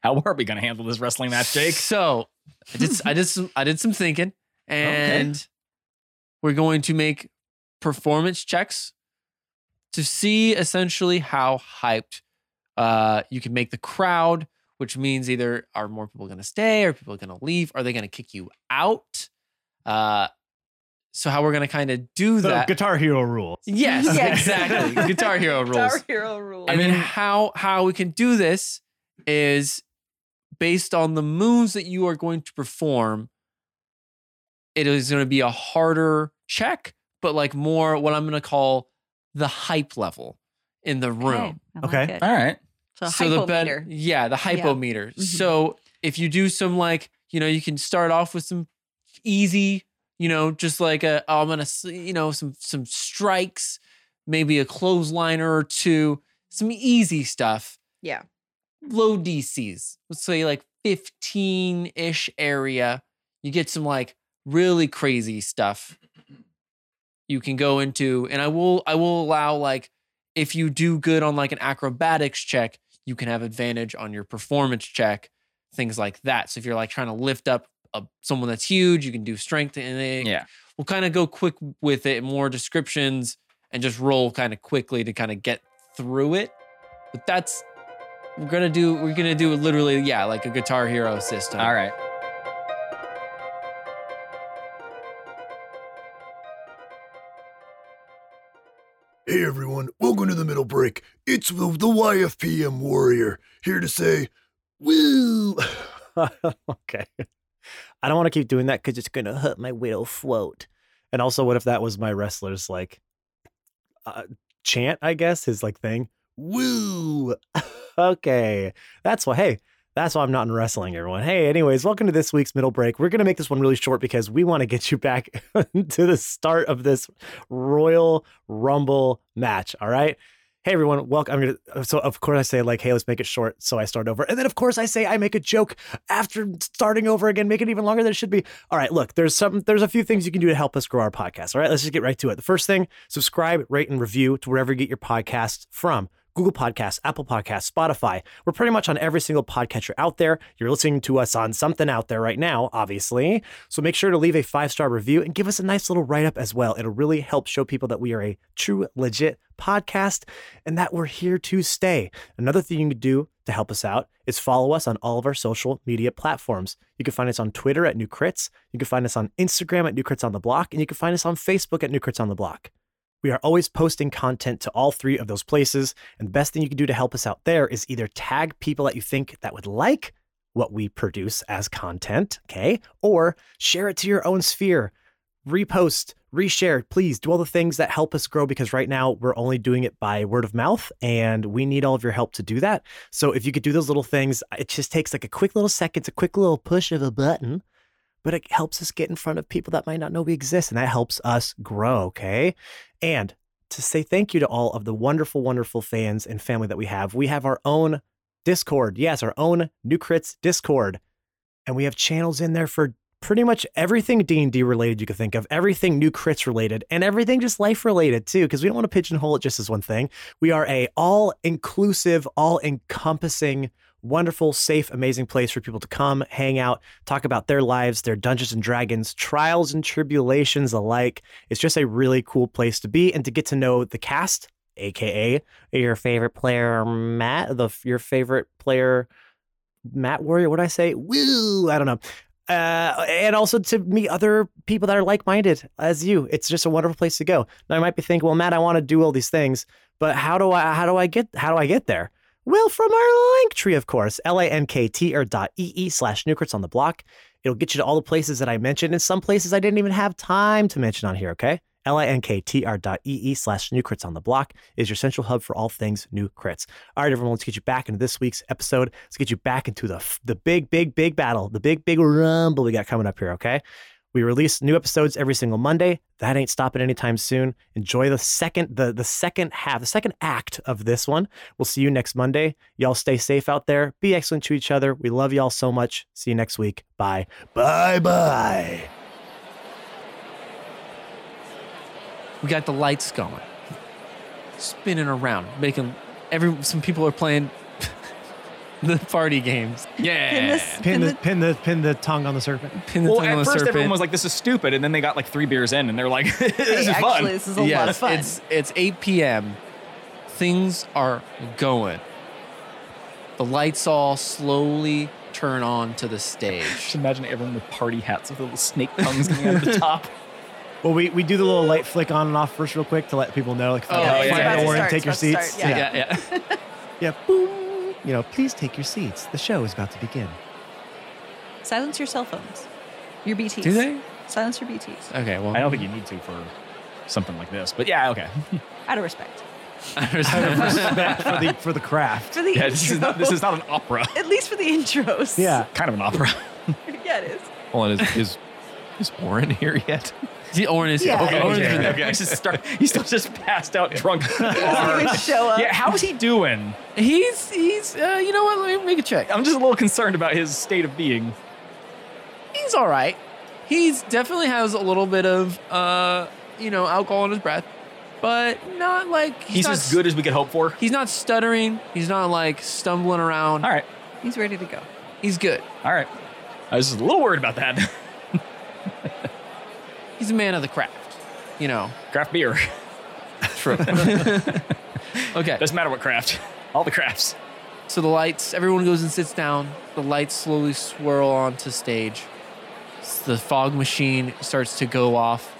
Speaker 4: how are we going to handle this wrestling match, Jake?
Speaker 2: So I did s- I did some I did some thinking and we're going to make performance checks to see essentially how hyped uh, you can make the crowd, which means either are more people going to stay, are people going to leave, are they going to kick you out? Uh, so how we're going to kind of do
Speaker 3: The
Speaker 2: that?
Speaker 3: Guitar Hero rule.
Speaker 2: yes,
Speaker 5: Yes.
Speaker 2: exactly. Guitar Hero rules.
Speaker 5: Tower hero rules.
Speaker 2: And then how how we can do this is based on the moons that you are going to perform. It is going to be a harder check, but like more what I'm going to call the hype level in the room.
Speaker 5: I like
Speaker 3: Okay.
Speaker 5: it.
Speaker 4: All right.
Speaker 5: So,
Speaker 2: the
Speaker 5: hypometer.
Speaker 2: better, yeah, the
Speaker 5: Yeah.
Speaker 2: hypometer.
Speaker 5: Mhm.
Speaker 2: So if you do some like you know you can start off with some easy, you know, just like a "Oh, I'm gonna s- you know some some strikes, maybe a clothesliner or two, some easy stuff
Speaker 5: yeah.
Speaker 2: low DCs. Let's say like 15 ish area. You get some like really crazy stuff you can go into. And I will I will allow like if you do good on like an acrobatics check, you can have advantage on your performance check, things like that. So if you're like trying to lift up a, someone that's huge, you can do strength and it,
Speaker 4: Yeah.
Speaker 2: we'll kind of go quick with it, more descriptions, and just roll kind of quickly to kind of get through it. But that's we're gonna do. We're gonna do literally, yeah, like a Guitar Hero system.
Speaker 4: All right.
Speaker 1: Hey everyone, welcome to the middle break. It's the, the YFPM Warrior here to say, woo!
Speaker 3: okay. I don't want to keep doing that because it's going to hurt my widow float. And also, what if that was my wrestler's like uh, chant? I guess his like thing. Woo. okay, that's why. Hey, that's why I'm not in wrestling, everyone. Hey, anyways, welcome to this week's middle break. We're gonna make this one really short because we want to get you back to the start of this Royal Rumble match. All right. Hey everyone, welcome. I'm gonna. So of course I say like, hey, let's make it short. So I start over, and then of course I say I make a joke after starting over again, make it even longer than it should be. All right, look, there's some, there's a few things you can do to help us grow our podcast. All right, let's just get right to it. The first thing, subscribe, rate, and review to wherever you get your podcasts from. Google Podcasts, Apple Podcasts, Spotify. We're pretty much on every single podcatcher out there. You're listening to us on something out there right now, obviously. So make sure to leave a five star review and give us a nice little write up as well. It'll really help show people that we are a true, legit podcast and that we're here to stay. Another thing you can do to help us out is follow us on all of our social media platforms. You can find us on Twitter at New Crits. You can find us on Instagram at New Crits on the Block. And you can find us on Facebook at New Crits on the Block. We are always posting content to all three of those places. And the best thing you can do to help us out there is either tag people that you think that would like what we produce as content, okay? Or share it to your own sphere. Repost, reshare, please do all the things that help us grow because right now we're only doing it by word of mouth and we need all of your help to do that. So if you could do those little things, uh, it just takes like a quick little second, it's a quick little push of a button but it helps us get in front of people that might not know we exist and that helps us grow, okay? And to say thank you to all of the wonderful, wonderful fans and family that we have, we have our own Discord. Yes, our own New Crits Discord. And we have channels in there for pretty much everything D&D related you could think of, everything New Crits related, and everything just life related too, because we don't want to pigeonhole it just as one thing. We are a all-inclusive, all-encompassing wonderful, safe, amazing place for people to come, hang out, talk about their lives, their Dungeons and Dragons, trials and tribulations alike. It's just a really cool place to be and to get to know the cast, aka your favorite player Matt, the your favorite player Matt Warrior. What did I say? Woo! I don't know. Uh, and also to meet other people that are like-minded as you. It's just a wonderful place to go. Now I might be thinking, well, Matt, I want to do all these things, but how do I how do I get how do I get there? Well, from our link tree, of course, linktr dot ee slash newcrits on the block. It'll get you to all the places that I mentioned and some places I didn't even have time to mention on here, okay? linktr dot ee slash newcrits on the block is your central hub for all things new crits. All right, everyone, let's get you back into this week's episode. Let's get you back into the, the big, big, big battle, the big, big rumble we got coming up here, okay? We release new episodes every single Monday. That ain't stopping anytime soon. Enjoy the second the the second half, the second act of this one. We'll see you next Monday. Y'all stay safe out there. Be excellent to each other. We love y'all so much. See you next week. Bye. Bye bye.
Speaker 2: We got the lights going, spinning around, making every some people are playing the party games.
Speaker 5: Pin
Speaker 6: Yeah.
Speaker 5: this-
Speaker 3: Pin
Speaker 5: pin
Speaker 3: the
Speaker 5: the-
Speaker 3: pin the pin the tongue on the serpent.
Speaker 2: Pin the
Speaker 4: Well,
Speaker 2: thing
Speaker 4: at
Speaker 2: on the
Speaker 4: first
Speaker 2: serpent.
Speaker 4: everyone was like, "This is stupid," and then they got like three beers in, and they're like, "This
Speaker 5: Hey,
Speaker 4: is
Speaker 5: actually,
Speaker 4: fun."
Speaker 5: this is a lot of
Speaker 2: yes,
Speaker 5: fun.
Speaker 2: it's it's 8 p.m. Things are going. The lights all slowly turn on to the stage.
Speaker 4: Just imagine everyone with party hats with little snake tongues coming out of the top.
Speaker 3: Well, we, we do the little light flick on and off first real quick to let people know like
Speaker 2: Oh, yeah,
Speaker 3: find
Speaker 2: it's
Speaker 3: out
Speaker 2: about to
Speaker 3: where
Speaker 5: start,
Speaker 3: and take your
Speaker 5: it's about to
Speaker 3: seats.
Speaker 5: start,
Speaker 2: yeah, yeah.
Speaker 3: yeah. Boom. You know, please take your seats. The show is about to begin.
Speaker 5: Silence your cell phones. Your BTs.
Speaker 2: Do they?
Speaker 5: Silence your BTs.
Speaker 2: Okay, well,
Speaker 4: I don't think you need to for something like this, but yeah, okay.
Speaker 5: Out of respect.
Speaker 3: Respect for the for the craft.
Speaker 5: For the
Speaker 4: Yeah,
Speaker 5: intro.
Speaker 4: this is not this is not an opera.
Speaker 5: At least for the intros.
Speaker 3: Yeah.
Speaker 4: kind of an opera.
Speaker 5: yeah, it is.
Speaker 6: Hold on, is is, is Warren here yet?
Speaker 2: The Orin is
Speaker 5: Yeah.
Speaker 2: okay, Orin is in there.
Speaker 4: okay. He's just start, he's still just passed out drunk.
Speaker 5: He would show up.
Speaker 4: yeah, how's he doing?
Speaker 2: He's he's uh, you know what? Let me make a check.
Speaker 4: I'm just a little concerned about his state of being.
Speaker 2: He's all right. He's definitely has a little bit of uh you know alcohol in his breath, but not like
Speaker 4: He's,
Speaker 2: not
Speaker 4: as good as we could hope for.
Speaker 2: He's not stuttering. He's not like stumbling around.
Speaker 4: All right,
Speaker 5: He's ready to go.
Speaker 2: He's good.
Speaker 4: all right. I was just a little worried about that.
Speaker 2: He's a man of the craft. You know.
Speaker 4: Craft beer
Speaker 2: True. okay.
Speaker 4: doesn't matter what craft, all the crafts.
Speaker 2: So the lights, everyone goes and sits down. The lights slowly swirl onto stage. S- The fog machine starts to go off.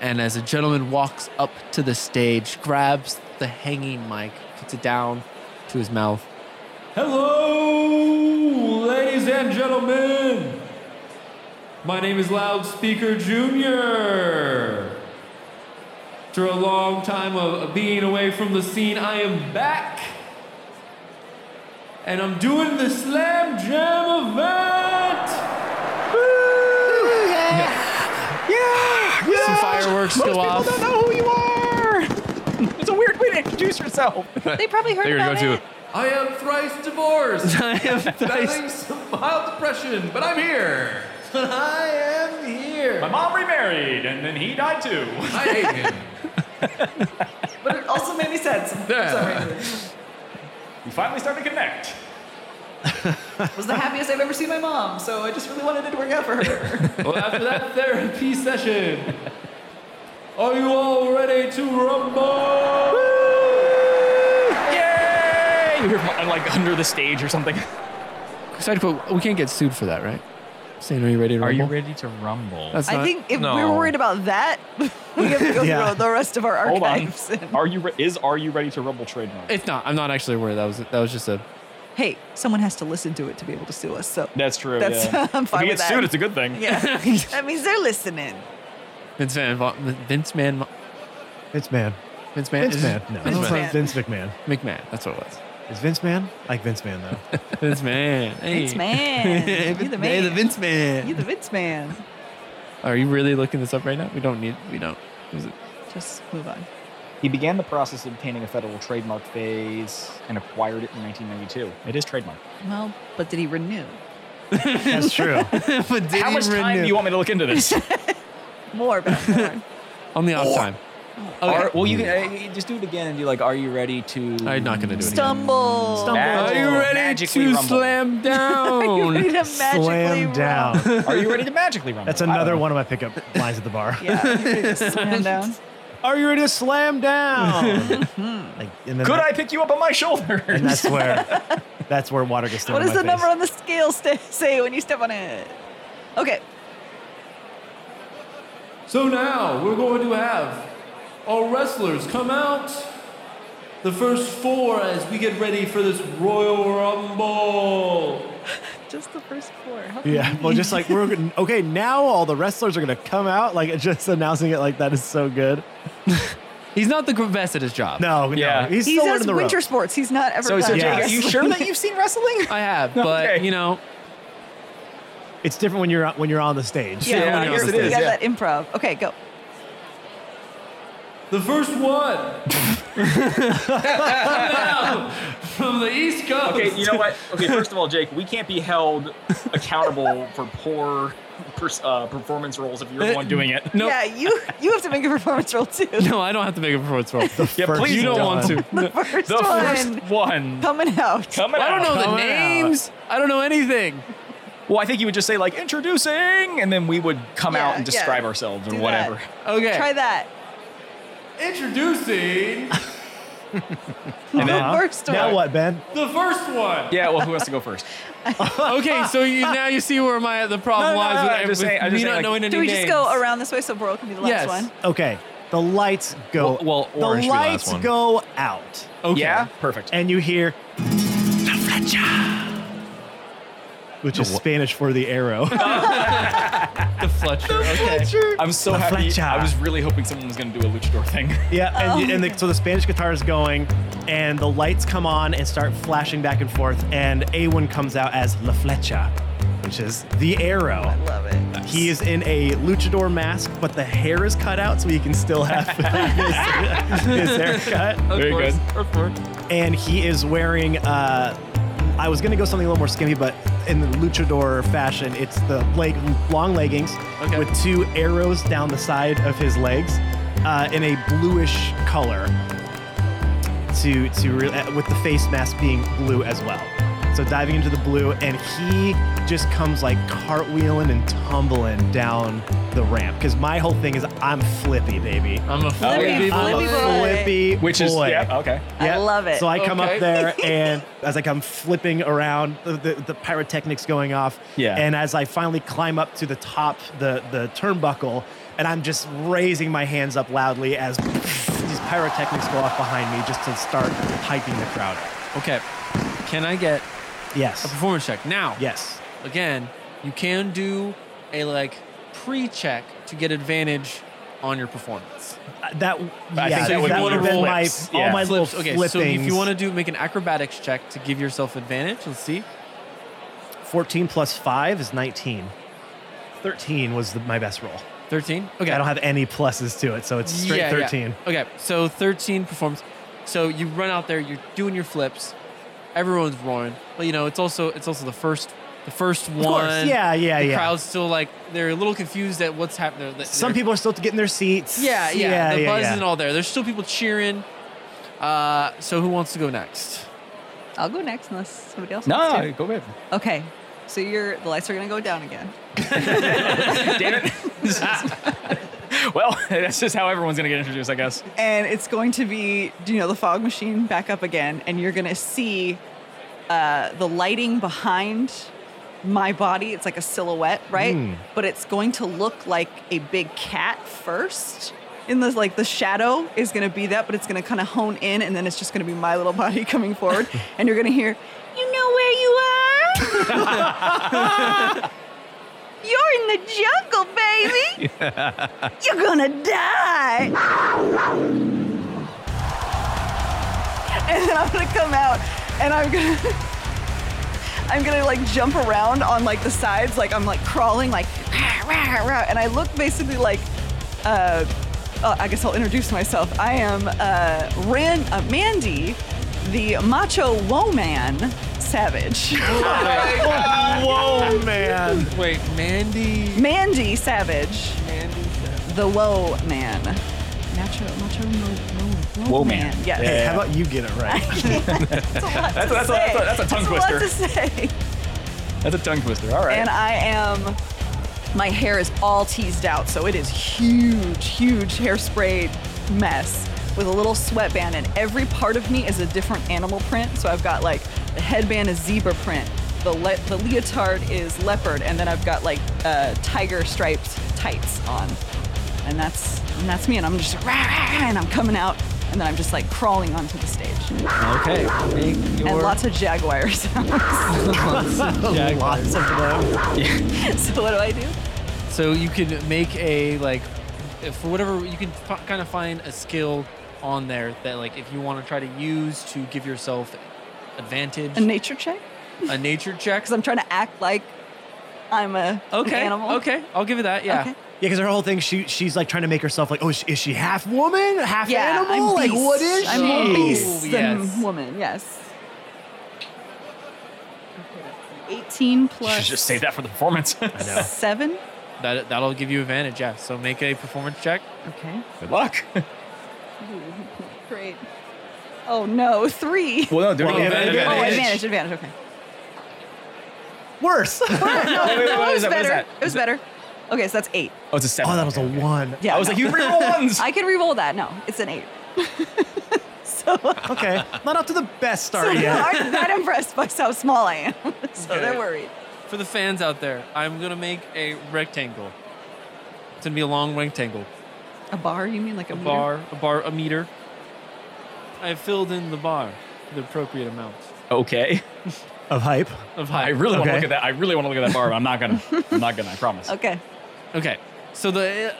Speaker 2: And as a gentleman walks up to the stage, grabs the hanging mic, puts it down to his mouth. Hello, ladies and gentlemen. My name is Loudspeaker Junior. After a long time of being away from the scene, I am back. And I'm doing the Slam Jam event. Some fireworks
Speaker 4: Most
Speaker 2: go
Speaker 4: people
Speaker 2: off.
Speaker 4: don't know who you are. it's a weird way to introduce yourself.
Speaker 5: They probably heard
Speaker 6: They're
Speaker 5: about
Speaker 6: gonna go
Speaker 5: it.
Speaker 6: to
Speaker 7: I am thrice divorced,
Speaker 2: I am
Speaker 7: battling some mild depression, but I'm here. I am here.
Speaker 4: My mom remarried, and then he died too.
Speaker 7: I hate him.
Speaker 8: But it also made me sense. for some reason.
Speaker 4: We finally started to connect.
Speaker 8: It was the happiest I've ever seen my mom, so I just really wanted it to work out for her.
Speaker 2: Well, after that therapy session, are you all ready to rumble?
Speaker 4: Yay! You hear from, like under the stage or something.
Speaker 2: Side quote: We can't get sued for that, right? Saying, are you ready to rumble?
Speaker 4: ready to rumble?
Speaker 2: That's
Speaker 5: I
Speaker 2: not-
Speaker 5: think if
Speaker 6: no.
Speaker 5: we're worried about that, we have to go
Speaker 3: Yeah.
Speaker 5: through the rest of our
Speaker 4: Hold on.
Speaker 5: archives.
Speaker 4: Are you re- is are you ready to rumble trademark?
Speaker 2: it's not. I'm not actually worried. That was that was just a.
Speaker 5: hey, someone has to listen to it to be able to sue us. So
Speaker 4: That's true.
Speaker 5: That's-
Speaker 4: yeah.
Speaker 5: I'm
Speaker 4: if
Speaker 5: fine
Speaker 4: you
Speaker 5: with
Speaker 4: get sued,
Speaker 5: that.
Speaker 4: it's a good thing.
Speaker 5: yeah, that means they're listening.
Speaker 2: Vince Man. Vince Man.
Speaker 3: Vince Man.
Speaker 2: Vince Man.
Speaker 3: Vince
Speaker 2: is-
Speaker 3: Man. No,
Speaker 2: Vince
Speaker 3: it's
Speaker 5: Man.
Speaker 3: not Vince McMahon.
Speaker 2: McMahon. That's what it was.
Speaker 3: Is Vince Man? I like Vince Man though.
Speaker 2: Vince Man. Hey.
Speaker 5: Vince Man.
Speaker 2: Hey,
Speaker 5: You the
Speaker 2: Hey, the
Speaker 5: man.
Speaker 2: Vince Man.
Speaker 5: You the Vince man.
Speaker 2: Are you really looking this up right now? We don't need. We don't. Is it-
Speaker 5: Just move on.
Speaker 4: He began the process of obtaining a federal trademark phase and acquired it in 1992. It is trademark.
Speaker 5: Well, but did he renew?
Speaker 3: That's true.
Speaker 2: but did
Speaker 4: How
Speaker 2: he
Speaker 4: much time
Speaker 2: renew-
Speaker 4: do you want me to look into this?
Speaker 5: More, but I'm torn.
Speaker 2: On the off time. Okay.
Speaker 4: Are- well, you can uh, just do it again and be like, "Are you ready to?"
Speaker 2: I'm not gonna do it again.
Speaker 5: stumble.
Speaker 2: Are you ready
Speaker 4: Magically
Speaker 2: to
Speaker 4: rumble.
Speaker 2: slam
Speaker 5: You need
Speaker 2: down?
Speaker 5: to magically
Speaker 3: Slam
Speaker 5: roll.
Speaker 3: down.
Speaker 4: Are you ready to magically rumble?
Speaker 3: That's
Speaker 4: I don't
Speaker 3: another
Speaker 4: know.
Speaker 3: one of my pickup lines at the bar.
Speaker 5: Yeah, you need to slam down.
Speaker 3: Are you ready to slam down? like, and then
Speaker 4: Could
Speaker 3: that-
Speaker 4: I pick you up on my shoulder?
Speaker 3: And that's where that's where water gets thrown.
Speaker 5: What
Speaker 3: in
Speaker 5: does the
Speaker 3: my
Speaker 5: number
Speaker 3: face.
Speaker 5: on the scale st- say when you step on it? Okay,
Speaker 7: So now we're going to have our wrestlers come out. The first four as we get ready for this Royal Rumble.
Speaker 5: just the first four. How
Speaker 3: Yeah, well, just like we're gonna- okay now, all the wrestlers are gonna come out. Like just announcing it like that is so good.
Speaker 2: He's not the best at his job.
Speaker 3: No,
Speaker 4: Yeah.
Speaker 3: no, he's
Speaker 5: he
Speaker 3: still
Speaker 5: says
Speaker 3: in the
Speaker 5: winter
Speaker 3: rope.
Speaker 5: sports. He's not ever.
Speaker 4: so, so
Speaker 5: done
Speaker 3: Yeah.
Speaker 4: Jake, are
Speaker 5: wrestling.
Speaker 4: you sure that you've seen wrestling?
Speaker 2: I have, but
Speaker 4: Okay.
Speaker 2: you know,
Speaker 3: It's different when you're on- when you're on the stage.
Speaker 5: Yeah,
Speaker 4: Yeah,
Speaker 5: I
Speaker 4: I guess it
Speaker 5: you
Speaker 4: is,
Speaker 5: got
Speaker 4: yeah.
Speaker 5: that improv. Okay, go.
Speaker 7: The first one Coming out from the East Coast.
Speaker 4: Okay, you know what? Okay, first of all, Jake, we can't be held accountable for poor pers- uh, performance roles if you're the one doing it.
Speaker 2: no,
Speaker 5: Yeah, you you have to make a performance roll too.
Speaker 2: no, I don't have to make a performance roll.
Speaker 4: Yeah,
Speaker 3: First
Speaker 4: please
Speaker 2: you don't
Speaker 4: done.
Speaker 2: want to.
Speaker 5: The first
Speaker 4: The
Speaker 5: one
Speaker 4: first one.
Speaker 5: coming out.
Speaker 4: Coming
Speaker 2: I don't know
Speaker 4: out.
Speaker 2: the
Speaker 3: Come on out.
Speaker 2: names. I don't know anything.
Speaker 4: Well, I think you would just say like introducing, and then we would come
Speaker 5: Yeah,
Speaker 4: out and
Speaker 5: yeah.
Speaker 4: describe ourselves or
Speaker 5: Do that.
Speaker 4: whatever.
Speaker 2: Okay.
Speaker 5: Try that.
Speaker 7: Introducing
Speaker 4: And then,
Speaker 3: Uh-huh.
Speaker 5: Worst
Speaker 3: Now
Speaker 5: one.
Speaker 3: what, Ben?
Speaker 7: the first one.
Speaker 4: yeah. Well, who wants to go first?
Speaker 2: Okay, so you, now you see where my the problem
Speaker 4: No, no,
Speaker 2: lies
Speaker 4: no,
Speaker 2: with,
Speaker 4: I'm just
Speaker 2: with
Speaker 4: saying- I'm
Speaker 2: me
Speaker 4: just
Speaker 2: not
Speaker 4: saying, like-
Speaker 2: knowing any
Speaker 5: Do we just
Speaker 2: names.
Speaker 5: go around this way so Burl can be the last
Speaker 2: Yes.
Speaker 5: one?
Speaker 3: Okay, the lights go.
Speaker 6: Well- well, orange
Speaker 3: the
Speaker 6: should be the last
Speaker 3: lights
Speaker 6: one.
Speaker 3: go out,
Speaker 2: Okay.
Speaker 4: Yeah. Perfect.
Speaker 3: and you hear the flecha, which is Spanish for the arrow.
Speaker 2: The Fletcher. Okay.
Speaker 4: I'm so
Speaker 3: La
Speaker 4: happy.
Speaker 3: Flecha.
Speaker 4: I was really hoping someone was going to do a luchador thing.
Speaker 3: Yeah, and,
Speaker 5: Oh.
Speaker 3: and the, so the Spanish guitar is going, and the lights come on and start flashing back and forth, and A1 comes out as La Flecha, which is the arrow.
Speaker 5: Love it.
Speaker 3: He is in a luchador mask, but the hair is cut out, so he can still have his, his haircut.
Speaker 4: Very
Speaker 2: course,
Speaker 4: good.
Speaker 2: Of course.
Speaker 3: And he is wearing, uh, I was gonna go something a little more skimpy, but in the luchador fashion, it's the leg, long leggings
Speaker 2: Okay.
Speaker 3: with two arrows down the side of his legs uh, in a bluish color. To to re- uh, with the face mask being blue as well. So diving into the blue, and he just comes like cartwheeling and tumbling down the ramp. Because my whole thing is I'm flippy, baby.
Speaker 2: I'm a flippy
Speaker 5: Flippy, flippy
Speaker 2: boy.
Speaker 3: I'm a
Speaker 5: boy.
Speaker 3: flippy
Speaker 4: Which is
Speaker 3: boy.
Speaker 4: yeah. Okay.
Speaker 5: I love it.
Speaker 3: So I come
Speaker 2: Okay.
Speaker 3: up there, and as I come flipping around, the, the, the pyrotechnics going off.
Speaker 4: Yeah.
Speaker 3: And as I finally climb up to the top, the the turnbuckle, and I'm just raising my hands up loudly as these pyrotechnics go off behind me, just to start hyping the crowd. up.
Speaker 2: Okay. Can I get a
Speaker 3: Yes.
Speaker 2: performance check now?
Speaker 3: Yes.
Speaker 2: Again, you can do a like pre-check to get advantage on your performance.
Speaker 3: Uh, That
Speaker 4: I
Speaker 3: yeah,
Speaker 4: think that
Speaker 3: that,
Speaker 4: would
Speaker 3: that
Speaker 4: be
Speaker 3: would have
Speaker 4: your
Speaker 3: been my
Speaker 4: flips.
Speaker 3: all
Speaker 4: Yeah.
Speaker 3: my
Speaker 2: Flips.
Speaker 3: little
Speaker 2: Okay,
Speaker 3: flip
Speaker 2: so if you
Speaker 3: things.
Speaker 2: want to do make an acrobatics check to give yourself advantage, let's see.
Speaker 3: 14 plus 5 is 19. 13 was the, my best roll.
Speaker 2: Thirteen. Okay,
Speaker 3: I don't have any pluses to it, so it's straight
Speaker 2: Yeah, yeah.
Speaker 3: 13.
Speaker 2: Okay, so 13 performs. So you run out there, you're doing your flips. Everyone's roaring, but you know it's also it's also the first the first one.
Speaker 3: course, yeah, yeah,
Speaker 2: the
Speaker 3: yeah.
Speaker 2: Crowd's still like they're a little confused at what's happening. They're-
Speaker 3: Some
Speaker 2: they're-
Speaker 3: people are still getting their seats.
Speaker 2: yeah, yeah, the buzz
Speaker 3: yeah.
Speaker 2: isn't all there. There's still people cheering. Uh, so who wants to go next?
Speaker 9: I'll go next unless somebody else wants
Speaker 4: No,
Speaker 9: to.
Speaker 4: go ahead.
Speaker 9: Okay. So you're the lights are gonna go down again.
Speaker 4: Damn it. well, that's just how everyone's gonna get introduced, I guess.
Speaker 5: and it's going to be do you know the fog machine back up again and you're going to see uh, the lighting behind my body it's like a silhouette right but it's going to look like a big cat first in this like the shadow is going to be that but it's going to kind of hone in and then it's just going to be my little body coming forward and you're going to hear you know where you are
Speaker 9: You're in the jungle, baby! you're gonna die!
Speaker 5: and then I'm gonna come out and I'm gonna I'm gonna like jump around on like the sides, like I'm like crawling like rah, rah, rah, and I look basically like uh, uh I guess I'll introduce myself. I am uh Ran uh, Mandy, the macho woman savage.
Speaker 2: Oh
Speaker 3: Whoa, man.
Speaker 2: Wait, Mandy.
Speaker 5: Mandy Savage. The woe man. Macho macho mo, mo,
Speaker 4: Woe
Speaker 5: woe
Speaker 4: man.
Speaker 5: man. Yes.
Speaker 3: Hey, how about you get it right?
Speaker 4: That's, that's, a, that's, a, that's a tongue
Speaker 5: That's a lot to
Speaker 4: twister.
Speaker 5: say.
Speaker 4: That's a tongue twister. All right.
Speaker 5: and I am. My hair is all teased out, so it is huge, huge hairspray mess with a little sweatband, and every part of me is a different animal print. So I've got like the headband is zebra print, the le- the leotard is leopard, and then I've got like uh, tiger striped tights on, and that's and that's me, and I'm just rah, rah, rah, and I'm coming out, and then I'm just like crawling onto the stage,
Speaker 2: Okay, make your
Speaker 5: and lots of jaguar sounds.
Speaker 3: Lots of them.
Speaker 5: so what do I do?
Speaker 2: So you can make a like, if- for whatever you can f- kind of find a skill on there that like if you want to try to use to give yourself advantage,
Speaker 5: A nature check.
Speaker 2: a nature check.
Speaker 5: because I'm trying to act like I'm a
Speaker 2: okay,
Speaker 5: an animal.
Speaker 2: okay, I'll give you that. Yeah,
Speaker 5: Okay.
Speaker 3: Yeah, because her whole thing, she she's like trying to make herself like, oh, is is she half woman, half
Speaker 5: Yeah,
Speaker 3: animal?
Speaker 5: I'm
Speaker 3: like,
Speaker 5: beast.
Speaker 3: what is
Speaker 5: I'm
Speaker 3: she?
Speaker 5: more beast than
Speaker 2: yes.
Speaker 5: woman. Yes. Eighteen
Speaker 4: You
Speaker 5: plus
Speaker 4: should just save that for the performance. Good
Speaker 5: seven.
Speaker 2: that that'll give you advantage. Yeah, so make a performance check.
Speaker 5: Okay.
Speaker 4: luck.
Speaker 5: Great. Oh no, three.
Speaker 4: Well, no, do
Speaker 3: Well,
Speaker 4: it again.
Speaker 3: advantage.
Speaker 4: Do it again.
Speaker 5: Oh, advantage, advantage. Okay.
Speaker 3: Worse. oh,
Speaker 4: Wait, wait, wait, what
Speaker 5: it
Speaker 4: is
Speaker 5: was
Speaker 4: that? What is
Speaker 5: better.
Speaker 4: that?
Speaker 5: It was better. Okay, so that's eight.
Speaker 4: Oh, it's a seven.
Speaker 3: that was a one.
Speaker 5: Yeah.
Speaker 4: I was
Speaker 5: no.
Speaker 4: like, you real ones.
Speaker 5: I can re-roll that. No, it's an eight.
Speaker 3: Okay, not up to the best start
Speaker 5: So
Speaker 3: yet.
Speaker 5: I'm not impressed by how small I am. so
Speaker 2: Okay.
Speaker 5: they're worried.
Speaker 2: For the fans out there, I'm gonna make a rectangle. It's gonna be a long rectangle,
Speaker 5: A bar? You mean like a,
Speaker 2: a
Speaker 5: meter?
Speaker 2: bar, a bar, a meter. I filled in the bar, the appropriate amount
Speaker 4: okay.
Speaker 3: Of hype.
Speaker 2: of
Speaker 4: I
Speaker 2: height.
Speaker 4: really want to
Speaker 3: Okay.
Speaker 4: look at that. I really want to look at that bar. But I'm not gonna. I'm not gonna. I promise.
Speaker 5: Okay.
Speaker 2: Okay, so the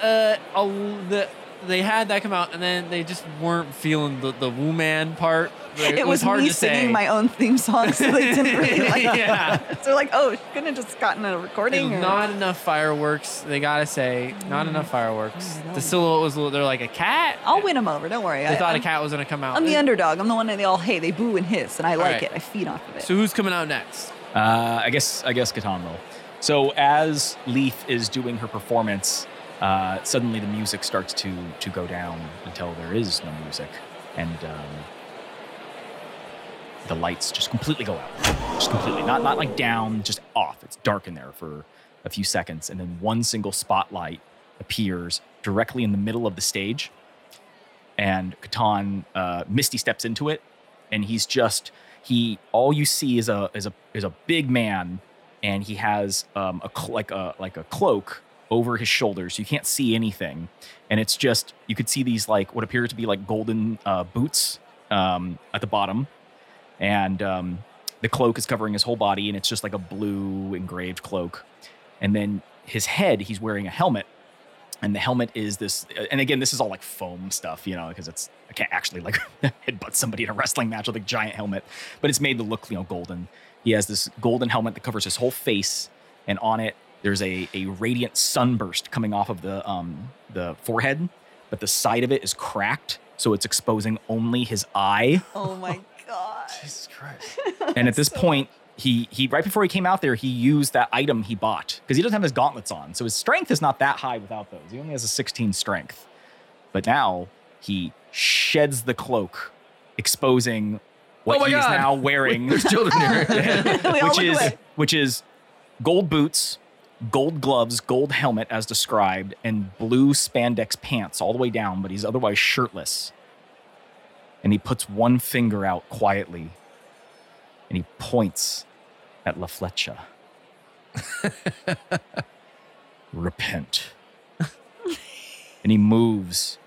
Speaker 2: uh, uh the they had that come out, and then they just weren't feeling the the Wu Man part. It,
Speaker 5: it was,
Speaker 2: hard
Speaker 5: me
Speaker 2: to
Speaker 5: singing
Speaker 2: say.
Speaker 5: my own theme song, so they didn't really like
Speaker 2: Yeah.
Speaker 5: it. So like, oh, she couldn't have just gotten a
Speaker 2: There's
Speaker 5: recording. Or,
Speaker 2: not enough fireworks. They gotta say, not
Speaker 5: Mm.
Speaker 2: enough
Speaker 5: Oh
Speaker 2: fireworks. The silhouette was a little- they're like a cat.
Speaker 5: I'll win them over. Don't worry.
Speaker 2: They
Speaker 5: I,
Speaker 2: thought a
Speaker 5: I'm,
Speaker 2: cat was gonna come out.
Speaker 5: Oh I'm the underdog. I'm the one that they all hate. They boo and hiss, and I like
Speaker 2: right.
Speaker 5: it. I feed off of it.
Speaker 2: So who's coming out next?
Speaker 4: Uh, I guess I guess Catan roll. So as Leaf is doing her performance, uh, suddenly the music starts to to go down until there is no music, and um, the lights just completely go out, just completely not not like down, just off. It's dark in there for a few seconds, and then one single spotlight appears directly in the middle of the stage, and Catan uh, Misty steps into it, and he's just he all you see is a is a is a big man and he has um a cl- like a like a cloak over his shoulders you can't see anything and it's just you could see these like what appear to be like golden uh, boots um at the bottom and um the cloak is covering his whole body and it's just like a blue engraved cloak and then his head, he's wearing a helmet. And the helmet is this, uh, and again, this is all like foam stuff, you know, because it's, I can't actually like headbutt somebody in a wrestling match with a giant helmet, but it's made to look, you know, golden. He has this golden helmet that covers his whole face, and on it, there's a, a radiant sunburst coming off of the, um, the forehead, but the side of it is cracked. So it's exposing only his eye
Speaker 5: Oh my god.
Speaker 6: Jesus Christ.
Speaker 4: and at this point, he he right before he came out there, he used that item he bought because he doesn't have his gauntlets on, so his strength is not that high without those. He only has a 16 strength, but now he sheds the cloak, exposing what
Speaker 6: Oh my
Speaker 4: he is
Speaker 6: God.
Speaker 4: now wearing,
Speaker 6: There's children here.
Speaker 8: all
Speaker 4: which
Speaker 8: look
Speaker 4: is
Speaker 8: away.
Speaker 4: which is gold boots. Gold gloves, gold helmet as described, and blue spandex pants all the way down, but he's otherwise shirtless. And he puts one finger out quietly and he points at La Flecha. Repent. and he moves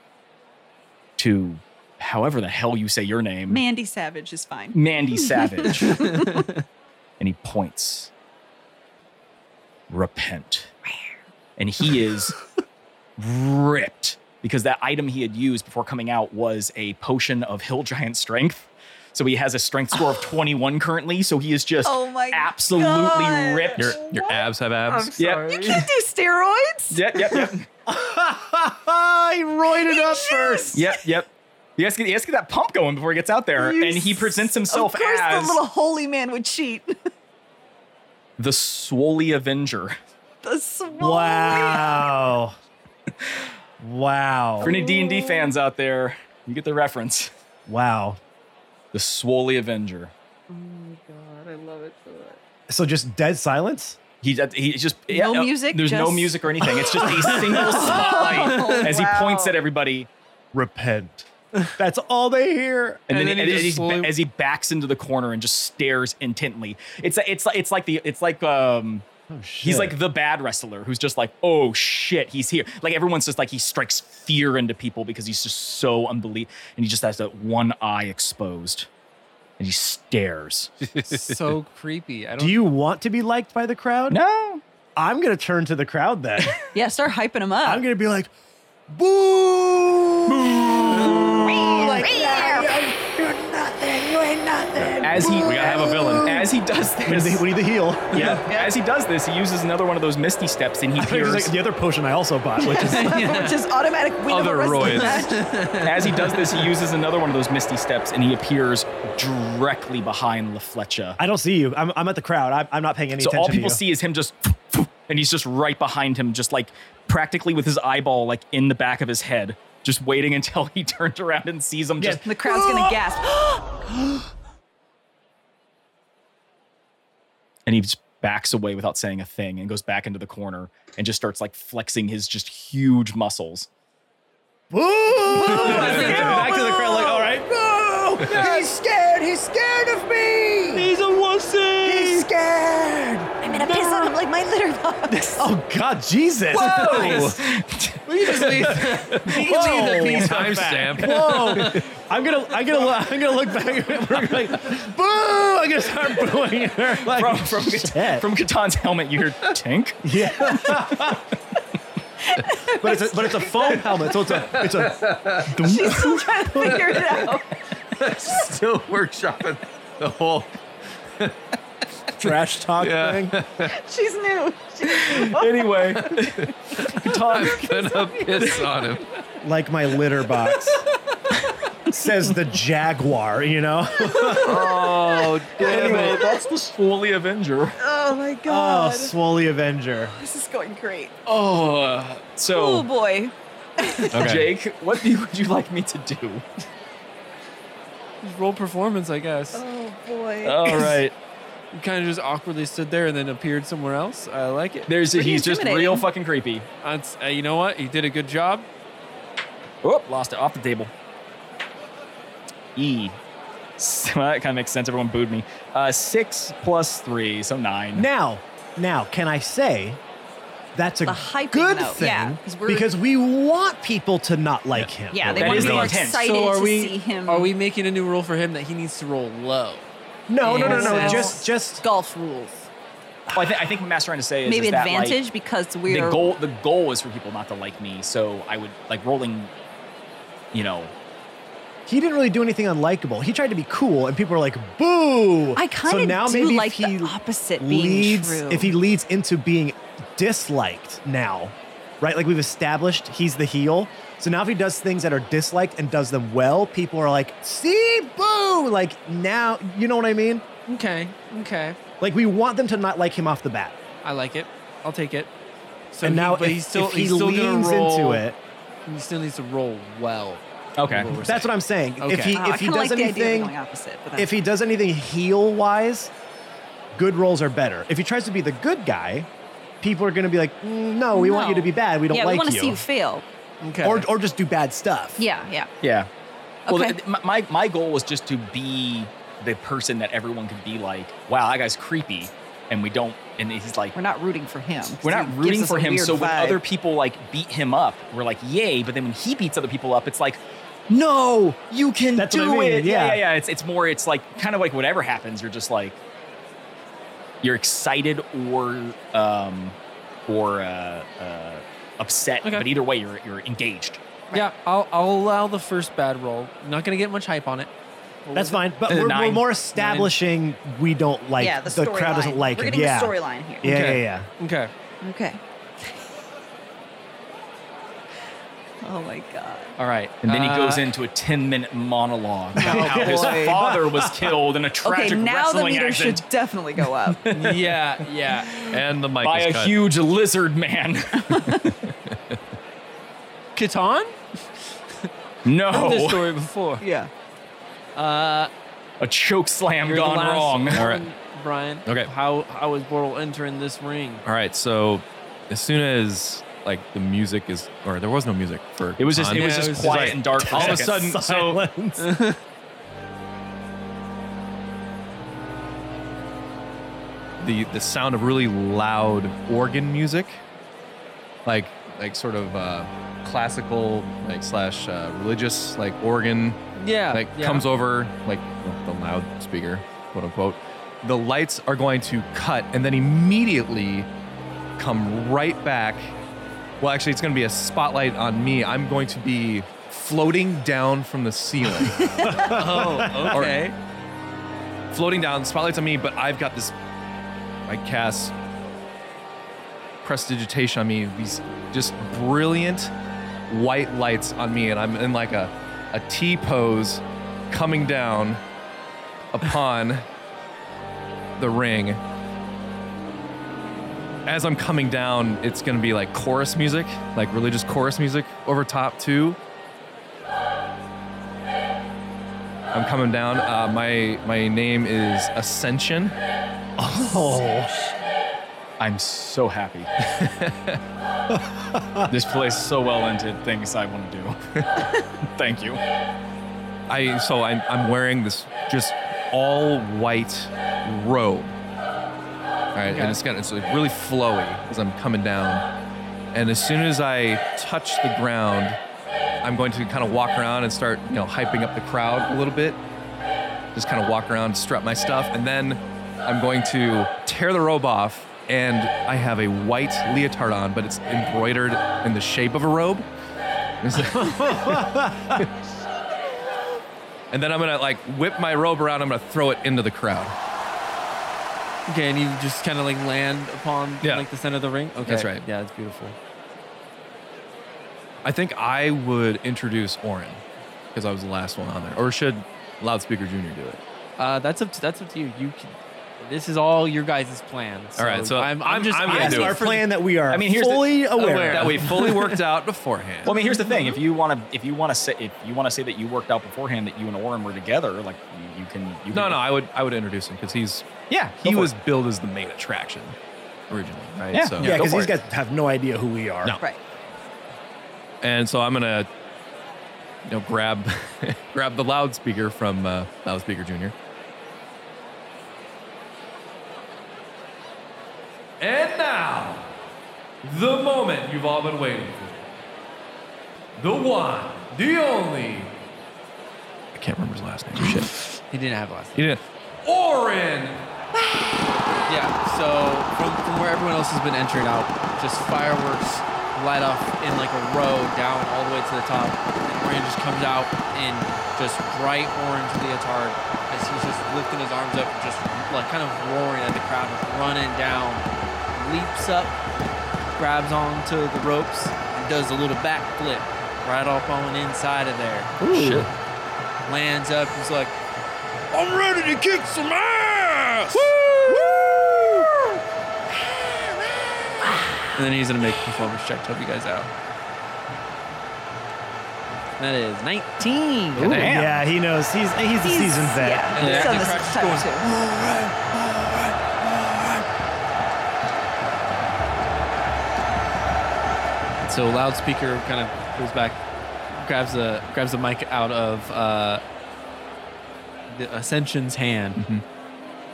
Speaker 4: to however the hell you say your name,
Speaker 5: Mandy Savage is fine.
Speaker 4: Mandy Savage. and he points. Repent. And he is ripped because that item he had used before coming out was a potion of hill giant strength. So he has a strength score of 21 currently. So he is just
Speaker 5: Oh my
Speaker 4: absolutely
Speaker 5: God.
Speaker 4: ripped.
Speaker 6: Your, your abs have abs.
Speaker 4: Yep.
Speaker 2: Sorry.
Speaker 8: Can't do steroids.
Speaker 4: Yep, yep, yep.
Speaker 3: he roided up first.
Speaker 4: yep, yep. He has, to, he has to get that pump going before he gets out there.
Speaker 8: You
Speaker 4: and he presents
Speaker 8: Of
Speaker 4: himself
Speaker 8: course,
Speaker 4: as
Speaker 8: the little holy man would cheat.
Speaker 4: the Swoley Avenger.
Speaker 8: The swole.
Speaker 3: Wow.
Speaker 4: For
Speaker 3: wow.
Speaker 4: any D&D fans out there, you get the reference.
Speaker 3: Wow.
Speaker 4: The Swoley Avenger.
Speaker 3: So just dead silence?
Speaker 4: He, he just
Speaker 5: No music,
Speaker 4: There's no
Speaker 5: just-
Speaker 4: music or anything. It's just a single spotlight as he points
Speaker 8: wow.
Speaker 4: at everybody,
Speaker 3: Repent. That's all they hear.
Speaker 4: and,
Speaker 2: And
Speaker 4: then,
Speaker 2: then
Speaker 4: and
Speaker 2: he
Speaker 4: as,
Speaker 2: just
Speaker 4: he's-
Speaker 2: slowly-
Speaker 4: as he backs into the corner and just stares intently. It's it's like it's like the it's like um
Speaker 3: Oh, shit.
Speaker 4: He's like the bad wrestler who's just like, oh shit, he's here. Like everyone's just like he strikes fear into people because he's just so unbelievable, and he just has that one eye exposed, and he stares.
Speaker 2: so creepy. I don't.
Speaker 3: Do you want to be liked by the crowd?
Speaker 4: No,
Speaker 3: I'm going to turn to the crowd then.
Speaker 5: Yeah, start hyping
Speaker 3: I'm
Speaker 5: him up.
Speaker 3: going to be like, boo! Like, yeah, yeah, you're nothing. You ain't nothing.
Speaker 4: as he
Speaker 6: We gotta have a villain.
Speaker 4: as he does
Speaker 3: We need,
Speaker 4: this,
Speaker 3: the, we need the heel.
Speaker 4: yeah, as he does this, he uses another one of those misty steps, and he
Speaker 3: Here's
Speaker 4: peers.
Speaker 3: like the other potion I also bought, which is
Speaker 8: Which is automatic win of a
Speaker 6: Other
Speaker 8: wrestling match.
Speaker 6: roids.
Speaker 4: As he does this, he uses another one of those misty steps, and he appears directly behind La Flecha.
Speaker 3: I don't see you. I'm, I'm at the crowd. I'm, I'm not paying any
Speaker 4: So
Speaker 3: attention
Speaker 4: all people
Speaker 3: to you.
Speaker 4: see is him just, and he's just right behind him, just like practically with his eyeball like in the back of his head, just waiting until he turns around and sees him. Just
Speaker 5: The crowd's gonna gasp.
Speaker 4: and he just backs away without saying a thing, and goes back into the corner and just starts like flexing his just huge muscles.
Speaker 3: Boo!
Speaker 4: back to the crowd, like all right,
Speaker 3: He's scared. He's scared of me.
Speaker 4: he's a wussy.
Speaker 3: He's scared.
Speaker 8: I'm gonna piss on him like my litter box.
Speaker 3: Oh God, Jesus.
Speaker 2: you just leave? you just leave the piece
Speaker 6: Time stamp.
Speaker 3: Whoa! I'm gonna, I'm gonna, look- I'm gonna look back. and We're like, boo! I'm gonna start booing her. Like,
Speaker 4: From from,
Speaker 3: shit.
Speaker 4: Kat- from Katan's helmet, you hear tank.
Speaker 3: yeah. but it's a, but it's a foam helmet, so it's a, it's a.
Speaker 8: She's still trying to figure it out.
Speaker 6: Still workshopping the whole.
Speaker 3: trash talk
Speaker 6: Yeah.
Speaker 3: thing.
Speaker 8: She's new. She's
Speaker 4: Anyway,
Speaker 6: I'm gonna piss on him.
Speaker 3: Like my litter box. Says the jaguar, you know.
Speaker 6: Oh,
Speaker 4: anyway, that's the Swoley Avenger.
Speaker 8: Oh my
Speaker 3: Oh,
Speaker 8: god.
Speaker 3: Swoley Avenger.
Speaker 8: this is going great.
Speaker 4: Oh, uh,
Speaker 5: Oh
Speaker 4: so
Speaker 5: boy.
Speaker 6: Okay.
Speaker 4: Jake, what do you, would you like me to do?
Speaker 2: Just roll performance, I guess.
Speaker 8: Oh boy.
Speaker 4: All right,
Speaker 2: You kind of just awkwardly stood there and then appeared somewhere else. I like it.
Speaker 4: there's
Speaker 8: Pretty
Speaker 4: he's just real
Speaker 8: intimidating.
Speaker 4: fucking creepy.
Speaker 2: That's- uh, you know what? You did a good job.
Speaker 4: Oop, Oh, lost it off the table. E. So that kind of makes sense. Everyone booed me. Uh, six plus three, so nine.
Speaker 3: Now, now, can I say that's a
Speaker 5: The hyping,
Speaker 3: good
Speaker 5: though.
Speaker 3: thing
Speaker 5: Yeah, 'cause we're-
Speaker 3: because we want people to not like him.
Speaker 5: Yeah, they
Speaker 4: That
Speaker 5: want
Speaker 4: is
Speaker 5: to be
Speaker 4: the
Speaker 5: more
Speaker 4: intent. So
Speaker 5: excited
Speaker 2: so are
Speaker 5: to
Speaker 2: we?
Speaker 5: see him.
Speaker 2: Are we making a new rule for him that he needs to roll low?
Speaker 3: No, no, no, no.
Speaker 5: Yeah.
Speaker 3: Just, just
Speaker 5: golf rules?
Speaker 4: Well, I, thi- I think what Master trying to say is
Speaker 5: Maybe
Speaker 4: is that, like,
Speaker 5: advantage because we're
Speaker 4: the goal the goal is for people not to like me so i would like rolling you know
Speaker 3: He didn't really do anything unlikable. He tried to be cool, and people were like, "Boo!"
Speaker 5: I kind
Speaker 3: so
Speaker 5: of
Speaker 3: now
Speaker 5: do
Speaker 3: maybe if
Speaker 5: like
Speaker 3: he
Speaker 5: the opposite being
Speaker 3: leads
Speaker 5: true.
Speaker 3: if he leads into being disliked now, right? Like we've established, he's the heel. So now if he does things that are disliked and does them well, people are like, "See, boo!" Like now, you know what I mean?
Speaker 2: Okay. Okay.
Speaker 3: Like we want them to not like him off the bat.
Speaker 2: I like it. I'll take it. So
Speaker 3: and
Speaker 2: he-
Speaker 3: now
Speaker 2: but
Speaker 3: if,
Speaker 2: he's still
Speaker 3: if he
Speaker 2: he's still gonna
Speaker 3: leans
Speaker 2: roll,
Speaker 3: into it,
Speaker 2: He still needs to roll well.
Speaker 4: okay
Speaker 2: What we're
Speaker 3: that's what I'm saying.
Speaker 2: Okay.
Speaker 3: If he
Speaker 5: Wow, Oh, I
Speaker 3: if he
Speaker 5: kinda
Speaker 3: does
Speaker 5: like the idea
Speaker 3: anything,
Speaker 5: of going opposite, but
Speaker 3: if he does anything heel wise, good rolls are better. If he tries to be the good guy, people are going to be like, "Mm, no, we want you to be bad. We don't
Speaker 5: yeah,
Speaker 3: like
Speaker 5: we want to
Speaker 3: you.
Speaker 5: see you fail.
Speaker 2: Okay.
Speaker 3: or, or just do bad stuff.
Speaker 5: Yeah, yeah.
Speaker 4: yeah well
Speaker 5: Okay.
Speaker 4: th- my, my my goal was just to be the person that everyone could be like wow that guy's creepy and we don't and he's like
Speaker 5: We're not rooting for him. 'cause
Speaker 4: we're
Speaker 5: he
Speaker 4: not
Speaker 5: gives
Speaker 4: rooting
Speaker 5: us
Speaker 4: for
Speaker 5: a
Speaker 4: him
Speaker 5: weird
Speaker 4: so when
Speaker 5: vibe.
Speaker 4: other people like beat him up we're like yay but then when he beats other people up it's like
Speaker 3: No,
Speaker 4: you can
Speaker 3: That's what
Speaker 4: do
Speaker 3: I mean,
Speaker 4: it. yeah,
Speaker 3: yeah.
Speaker 4: yeah. It's it's more. It's like kind of like whatever happens, you're just like you're excited or um or uh, uh upset.
Speaker 2: Okay.
Speaker 4: But either way, you're you're engaged.
Speaker 2: yeah, I'll I'll allow the first bad roll. I'm not gonna get much hype on it. What
Speaker 3: that's
Speaker 2: was
Speaker 3: fine. But
Speaker 4: Uh,
Speaker 3: we're, we're
Speaker 4: nine.
Speaker 3: more establishing we don't like
Speaker 5: yeah, the,
Speaker 3: the, crowd doesn't
Speaker 5: storyline.
Speaker 3: like
Speaker 5: We're
Speaker 3: him.
Speaker 5: getting
Speaker 3: Yeah.
Speaker 5: a storyline here.
Speaker 3: yeah,
Speaker 2: Okay.
Speaker 3: yeah,
Speaker 2: it? Okay.
Speaker 5: Okay. oh my god.
Speaker 2: All right.
Speaker 4: And then he goes
Speaker 2: Uh,
Speaker 4: into a ten minute monologue about how his
Speaker 5: Oh, boy.
Speaker 4: father was killed in a tragic
Speaker 5: Okay, now the
Speaker 4: wrestling
Speaker 5: meter
Speaker 4: accident
Speaker 5: should definitely go up.
Speaker 2: yeah, yeah.
Speaker 6: And the mic
Speaker 4: by
Speaker 6: is
Speaker 4: a
Speaker 6: cut.
Speaker 4: huge lizard man.
Speaker 2: Catan? Heard
Speaker 6: Oh.
Speaker 2: this
Speaker 4: no,
Speaker 2: story before.
Speaker 5: yeah.
Speaker 2: Uh,
Speaker 4: a choke slam
Speaker 2: you're the
Speaker 4: gone
Speaker 2: last
Speaker 4: wrong.
Speaker 2: one,
Speaker 6: All right.
Speaker 2: Brian.
Speaker 6: Okay.
Speaker 2: How how is Bortle entering this ring?
Speaker 6: All right, so as soon as like the music is, or there was no music for
Speaker 4: It was just
Speaker 6: Khan.
Speaker 4: it was
Speaker 2: Yeah,
Speaker 4: just
Speaker 2: it was just
Speaker 4: quiet
Speaker 6: like-
Speaker 4: and dark. For
Speaker 6: all of a
Speaker 4: seconds.
Speaker 6: sudden.
Speaker 3: yeah.
Speaker 6: So
Speaker 3: Silence.
Speaker 6: the the sound of really loud organ music, like like sort of uh, classical like slash uh, religious like organ
Speaker 2: Yeah.
Speaker 6: like
Speaker 2: yeah.
Speaker 6: comes over like the loudspeaker, quote unquote. The lights are going to cut and then immediately come right back. Well, actually, it's going to be a spotlight on me. I'm going to be floating down from the ceiling,
Speaker 2: Oh, okay.
Speaker 6: floating down. Spotlight's on me, but I've got this. I cast prestidigitation on me. These just brilliant white lights on me, and I'm in like a a T pose, coming down upon the ring. As I'm coming down, it's gonna be like chorus music, like religious chorus music over top too. I'm coming down. Uh, my my name is Ascension.
Speaker 3: oh,
Speaker 4: I'm so happy. this plays so well into things I want to do. Thank you.
Speaker 6: I so I'm, I'm wearing this just all white robe. All right, and it's got it's like really flowy as I'm coming down. And as soon as I touch the ground, I'm going to kind of walk around and start, you know, hyping up the crowd a little bit. Just kind of walk around, strut my stuff, and then I'm going to tear the robe off. And I have a white leotard on, but it's embroidered in the shape of a robe. It's like- and then I'm gonna like whip my robe around. I'm gonna throw it into the crowd.
Speaker 2: Okay, and you just kind of like land upon
Speaker 6: Yeah.
Speaker 2: like the center of the ring. Okay,
Speaker 6: That's right.
Speaker 2: Yeah, it's beautiful.
Speaker 6: I think I would introduce Orin because I was the last one on there, or should Loudspeaker Junior do it?
Speaker 2: Uh, that's up. To, that's up to you. You can. This is all your guys' plan. So
Speaker 6: All right, so
Speaker 2: I'm, I'm just.
Speaker 6: I'm
Speaker 2: I'm,
Speaker 6: gonna
Speaker 3: that's
Speaker 6: do it.
Speaker 3: our plan that we are.
Speaker 4: I mean, here's the-
Speaker 3: fully aware.
Speaker 2: aware.
Speaker 6: That we fully worked out beforehand.
Speaker 4: Well, I mean, here's the thing: if you want to, if you want to say, if you want to say that you worked out beforehand, that you and Oren were together, like you, you can. You
Speaker 6: no,
Speaker 4: can,
Speaker 6: no, I would I would introduce him because he's
Speaker 4: Yeah, go
Speaker 6: he
Speaker 4: for
Speaker 6: was
Speaker 4: it.
Speaker 6: billed as the main attraction originally, right?
Speaker 4: Yeah.
Speaker 6: So,
Speaker 3: yeah,
Speaker 4: go
Speaker 3: because
Speaker 4: for
Speaker 3: these
Speaker 4: it.
Speaker 3: guys have no idea who we are.
Speaker 4: Oh.
Speaker 6: No.
Speaker 5: Right.
Speaker 6: and so I'm gonna you know grab grab the loudspeaker from uh, Loudspeaker Junior.
Speaker 7: And now, the moment you've all been waiting for. The one, the only,
Speaker 6: I can't remember his last name. Shit,
Speaker 2: he didn't have last.
Speaker 6: he didn't.
Speaker 7: Orin
Speaker 2: Yeah. So So from, from where everyone else has been entering out, just fireworks light off in like a row down all the way to the top. And Orion just comes out in just bright orange leotard as he's just lifting his arms up and just like kind of roaring at the crowd, just running down, leaps up, grabs onto the ropes, and does a little backflip right off on the inside of there.
Speaker 3: Shit.
Speaker 2: Lands up, he's like, I'm ready to kick some ass! And then he's gonna make a performance check to help you guys out. That is 19.
Speaker 4: Ooh. Damn.
Speaker 3: Yeah, he knows. He's he's a seasoned vet.
Speaker 5: Yeah,
Speaker 2: And
Speaker 5: he's
Speaker 2: the
Speaker 5: done this
Speaker 2: crowd's
Speaker 5: time
Speaker 2: going,
Speaker 5: too.
Speaker 2: So loudspeaker kind of goes back, grabs the grabs the mic out of uh, the Ascension's hand,
Speaker 3: Mm-hmm.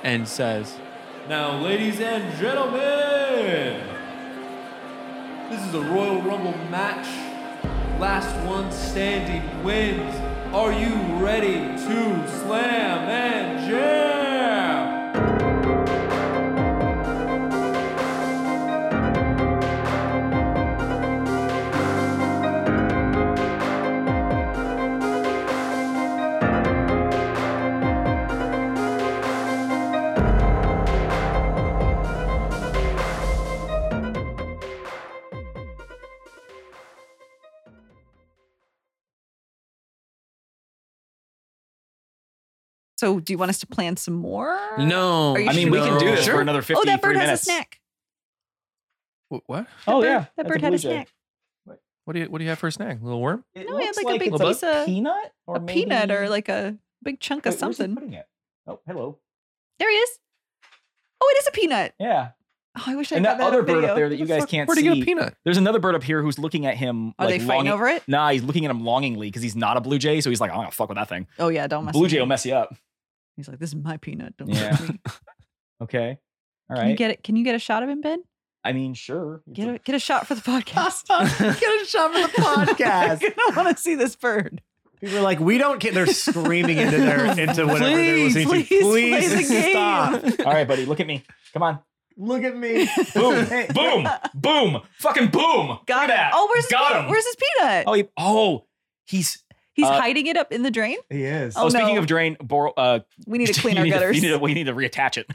Speaker 2: and says,
Speaker 10: Now, ladies and gentlemen, this is a Royal Rumble match. Last one standing wins. Are you ready to slam and jam?
Speaker 5: So, do you want us to plan some more?
Speaker 2: "No."
Speaker 5: Are you
Speaker 4: I mean, we
Speaker 2: no.
Speaker 4: can do this for
Speaker 2: Sure.
Speaker 4: another
Speaker 5: Oh,
Speaker 4: 53
Speaker 5: that bird
Speaker 4: minutes.
Speaker 5: has a snack.
Speaker 6: Wh- What?
Speaker 4: Oh,
Speaker 5: bird-
Speaker 4: yeah.
Speaker 5: that
Speaker 4: that's
Speaker 5: bird
Speaker 4: a
Speaker 5: had
Speaker 4: blue
Speaker 5: a
Speaker 4: jay.
Speaker 5: snack.
Speaker 6: What do you What do you have for a snack? A little worm?
Speaker 4: It
Speaker 5: No, he had,
Speaker 4: looks
Speaker 5: like, a big
Speaker 4: it's
Speaker 5: piece of-
Speaker 4: peanut or
Speaker 5: A peanut or
Speaker 4: maybe-
Speaker 5: like a big chunk of
Speaker 4: Wait, where's he
Speaker 5: something.
Speaker 4: putting it? Oh, hello.
Speaker 5: There he is. Oh, it is a peanut.
Speaker 4: Yeah.
Speaker 5: Oh, I wish I
Speaker 4: And
Speaker 5: got
Speaker 4: that other
Speaker 5: on
Speaker 4: bird
Speaker 5: video.
Speaker 4: up there that you guys can't
Speaker 6: Where'd
Speaker 4: see.
Speaker 6: you get a peanut?
Speaker 4: There's another bird up here who's looking at him.
Speaker 5: Are
Speaker 4: like,
Speaker 5: they fighting
Speaker 4: longing-
Speaker 5: over it?
Speaker 4: Nah, he's looking at him longingly because he's not a blue jay, so he's like, I'm gonna fuck with that thing.
Speaker 5: Oh yeah, don't mess.
Speaker 4: Blue
Speaker 5: with
Speaker 4: jay
Speaker 5: me.
Speaker 4: will mess you up.
Speaker 5: He's like, this is my peanut. Don't
Speaker 4: Yeah.
Speaker 5: mess with me.
Speaker 4: Okay. All
Speaker 5: Can you
Speaker 4: right.
Speaker 5: get it? Can you get a shot of him, Ben?
Speaker 4: I mean, sure. It's
Speaker 5: Get
Speaker 4: a-
Speaker 5: a, get a shot for the podcast.
Speaker 3: Get a shot for the podcast.
Speaker 5: I want to see this bird.
Speaker 3: People are like, we don't care. They're screaming into their into whatever they're
Speaker 2: Please,
Speaker 3: listening
Speaker 5: please
Speaker 3: to.
Speaker 5: play
Speaker 3: Please
Speaker 5: the game.
Speaker 3: stop.
Speaker 4: All right, buddy. Look at me. Come on.
Speaker 3: Look at me.
Speaker 4: Boom. boom. Boom. Fucking boom.
Speaker 5: Got
Speaker 4: Look at
Speaker 5: him.
Speaker 4: that.
Speaker 5: Oh, where's his
Speaker 4: Got
Speaker 5: peanut?
Speaker 4: him.
Speaker 5: Where's his peanut?
Speaker 4: Oh, he, oh, he's.
Speaker 5: He's
Speaker 4: uh,
Speaker 5: hiding it up in the drain.
Speaker 3: He is.
Speaker 4: Oh,
Speaker 5: Oh,
Speaker 4: speaking
Speaker 5: no.
Speaker 4: of drain, bor- uh,
Speaker 5: We need to clean
Speaker 4: you
Speaker 5: our
Speaker 4: need
Speaker 5: gutters.
Speaker 4: you need to- we need to reattach it.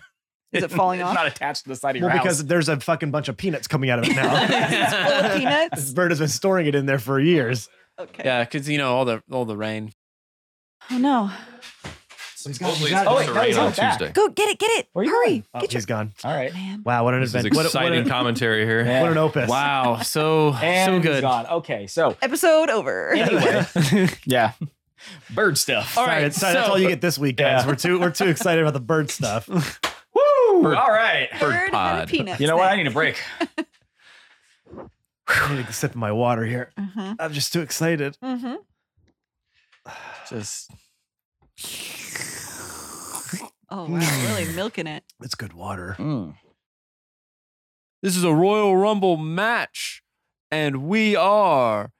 Speaker 5: Is it falling
Speaker 4: It's
Speaker 5: off?
Speaker 4: Not attached to the side of your
Speaker 3: Well,
Speaker 4: house.
Speaker 3: because there's a fucking bunch of peanuts coming out of it now.
Speaker 5: Full of
Speaker 3: this
Speaker 5: peanuts.
Speaker 3: bird has been storing it in there for years.
Speaker 5: Okay.
Speaker 2: Yeah, because you know all the all the rain.
Speaker 5: Oh no.
Speaker 6: Supposedly
Speaker 3: got it. Oh,
Speaker 6: it's supposed
Speaker 4: wait,
Speaker 6: to
Speaker 4: no, he's
Speaker 6: rain on
Speaker 4: not back.
Speaker 6: Tuesday.
Speaker 5: Go get it. Get it.
Speaker 4: Where are you
Speaker 5: Hurry.
Speaker 4: going?
Speaker 3: Oh,
Speaker 5: Get your
Speaker 3: he's gone.
Speaker 4: All right.
Speaker 5: man.
Speaker 3: Wow, what an
Speaker 6: This is
Speaker 3: adventure! What, a- what
Speaker 6: exciting
Speaker 3: an,
Speaker 6: commentary here.
Speaker 4: Yeah.
Speaker 3: what an opus!
Speaker 2: Wow, so
Speaker 4: And
Speaker 2: so
Speaker 4: He's
Speaker 2: good.
Speaker 4: gone. Okay, so
Speaker 5: Episode over.
Speaker 4: anyway, yeah, bird stuff.
Speaker 2: All
Speaker 3: All right,
Speaker 2: right,
Speaker 3: so that's
Speaker 2: so-
Speaker 3: all you get this week, guys.
Speaker 4: Yeah.
Speaker 3: We're too we're too excited about the bird stuff.
Speaker 4: Woo! All right.
Speaker 5: Bird had a
Speaker 6: pod.
Speaker 5: peanut.
Speaker 4: You know what? I
Speaker 5: snack.
Speaker 4: need a break.
Speaker 3: I need to sip my water here.
Speaker 5: Mhm.
Speaker 3: I'm just too excited.
Speaker 5: Mm-hmm.
Speaker 2: Just
Speaker 5: Oh wow, really milking it.
Speaker 3: It's good water.
Speaker 2: this is a Royal Rumble match, and we are.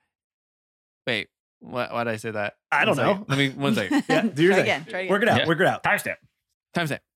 Speaker 2: Wait, why why did I say that?
Speaker 3: I
Speaker 2: One
Speaker 3: don't
Speaker 2: second.
Speaker 3: know.
Speaker 2: Let me one second.
Speaker 3: Yeah, do your
Speaker 5: try
Speaker 3: thing.
Speaker 5: again. Try again.
Speaker 3: Work it out.
Speaker 4: Yeah.
Speaker 3: Work it out.
Speaker 4: Timestamp.
Speaker 2: Time stamp.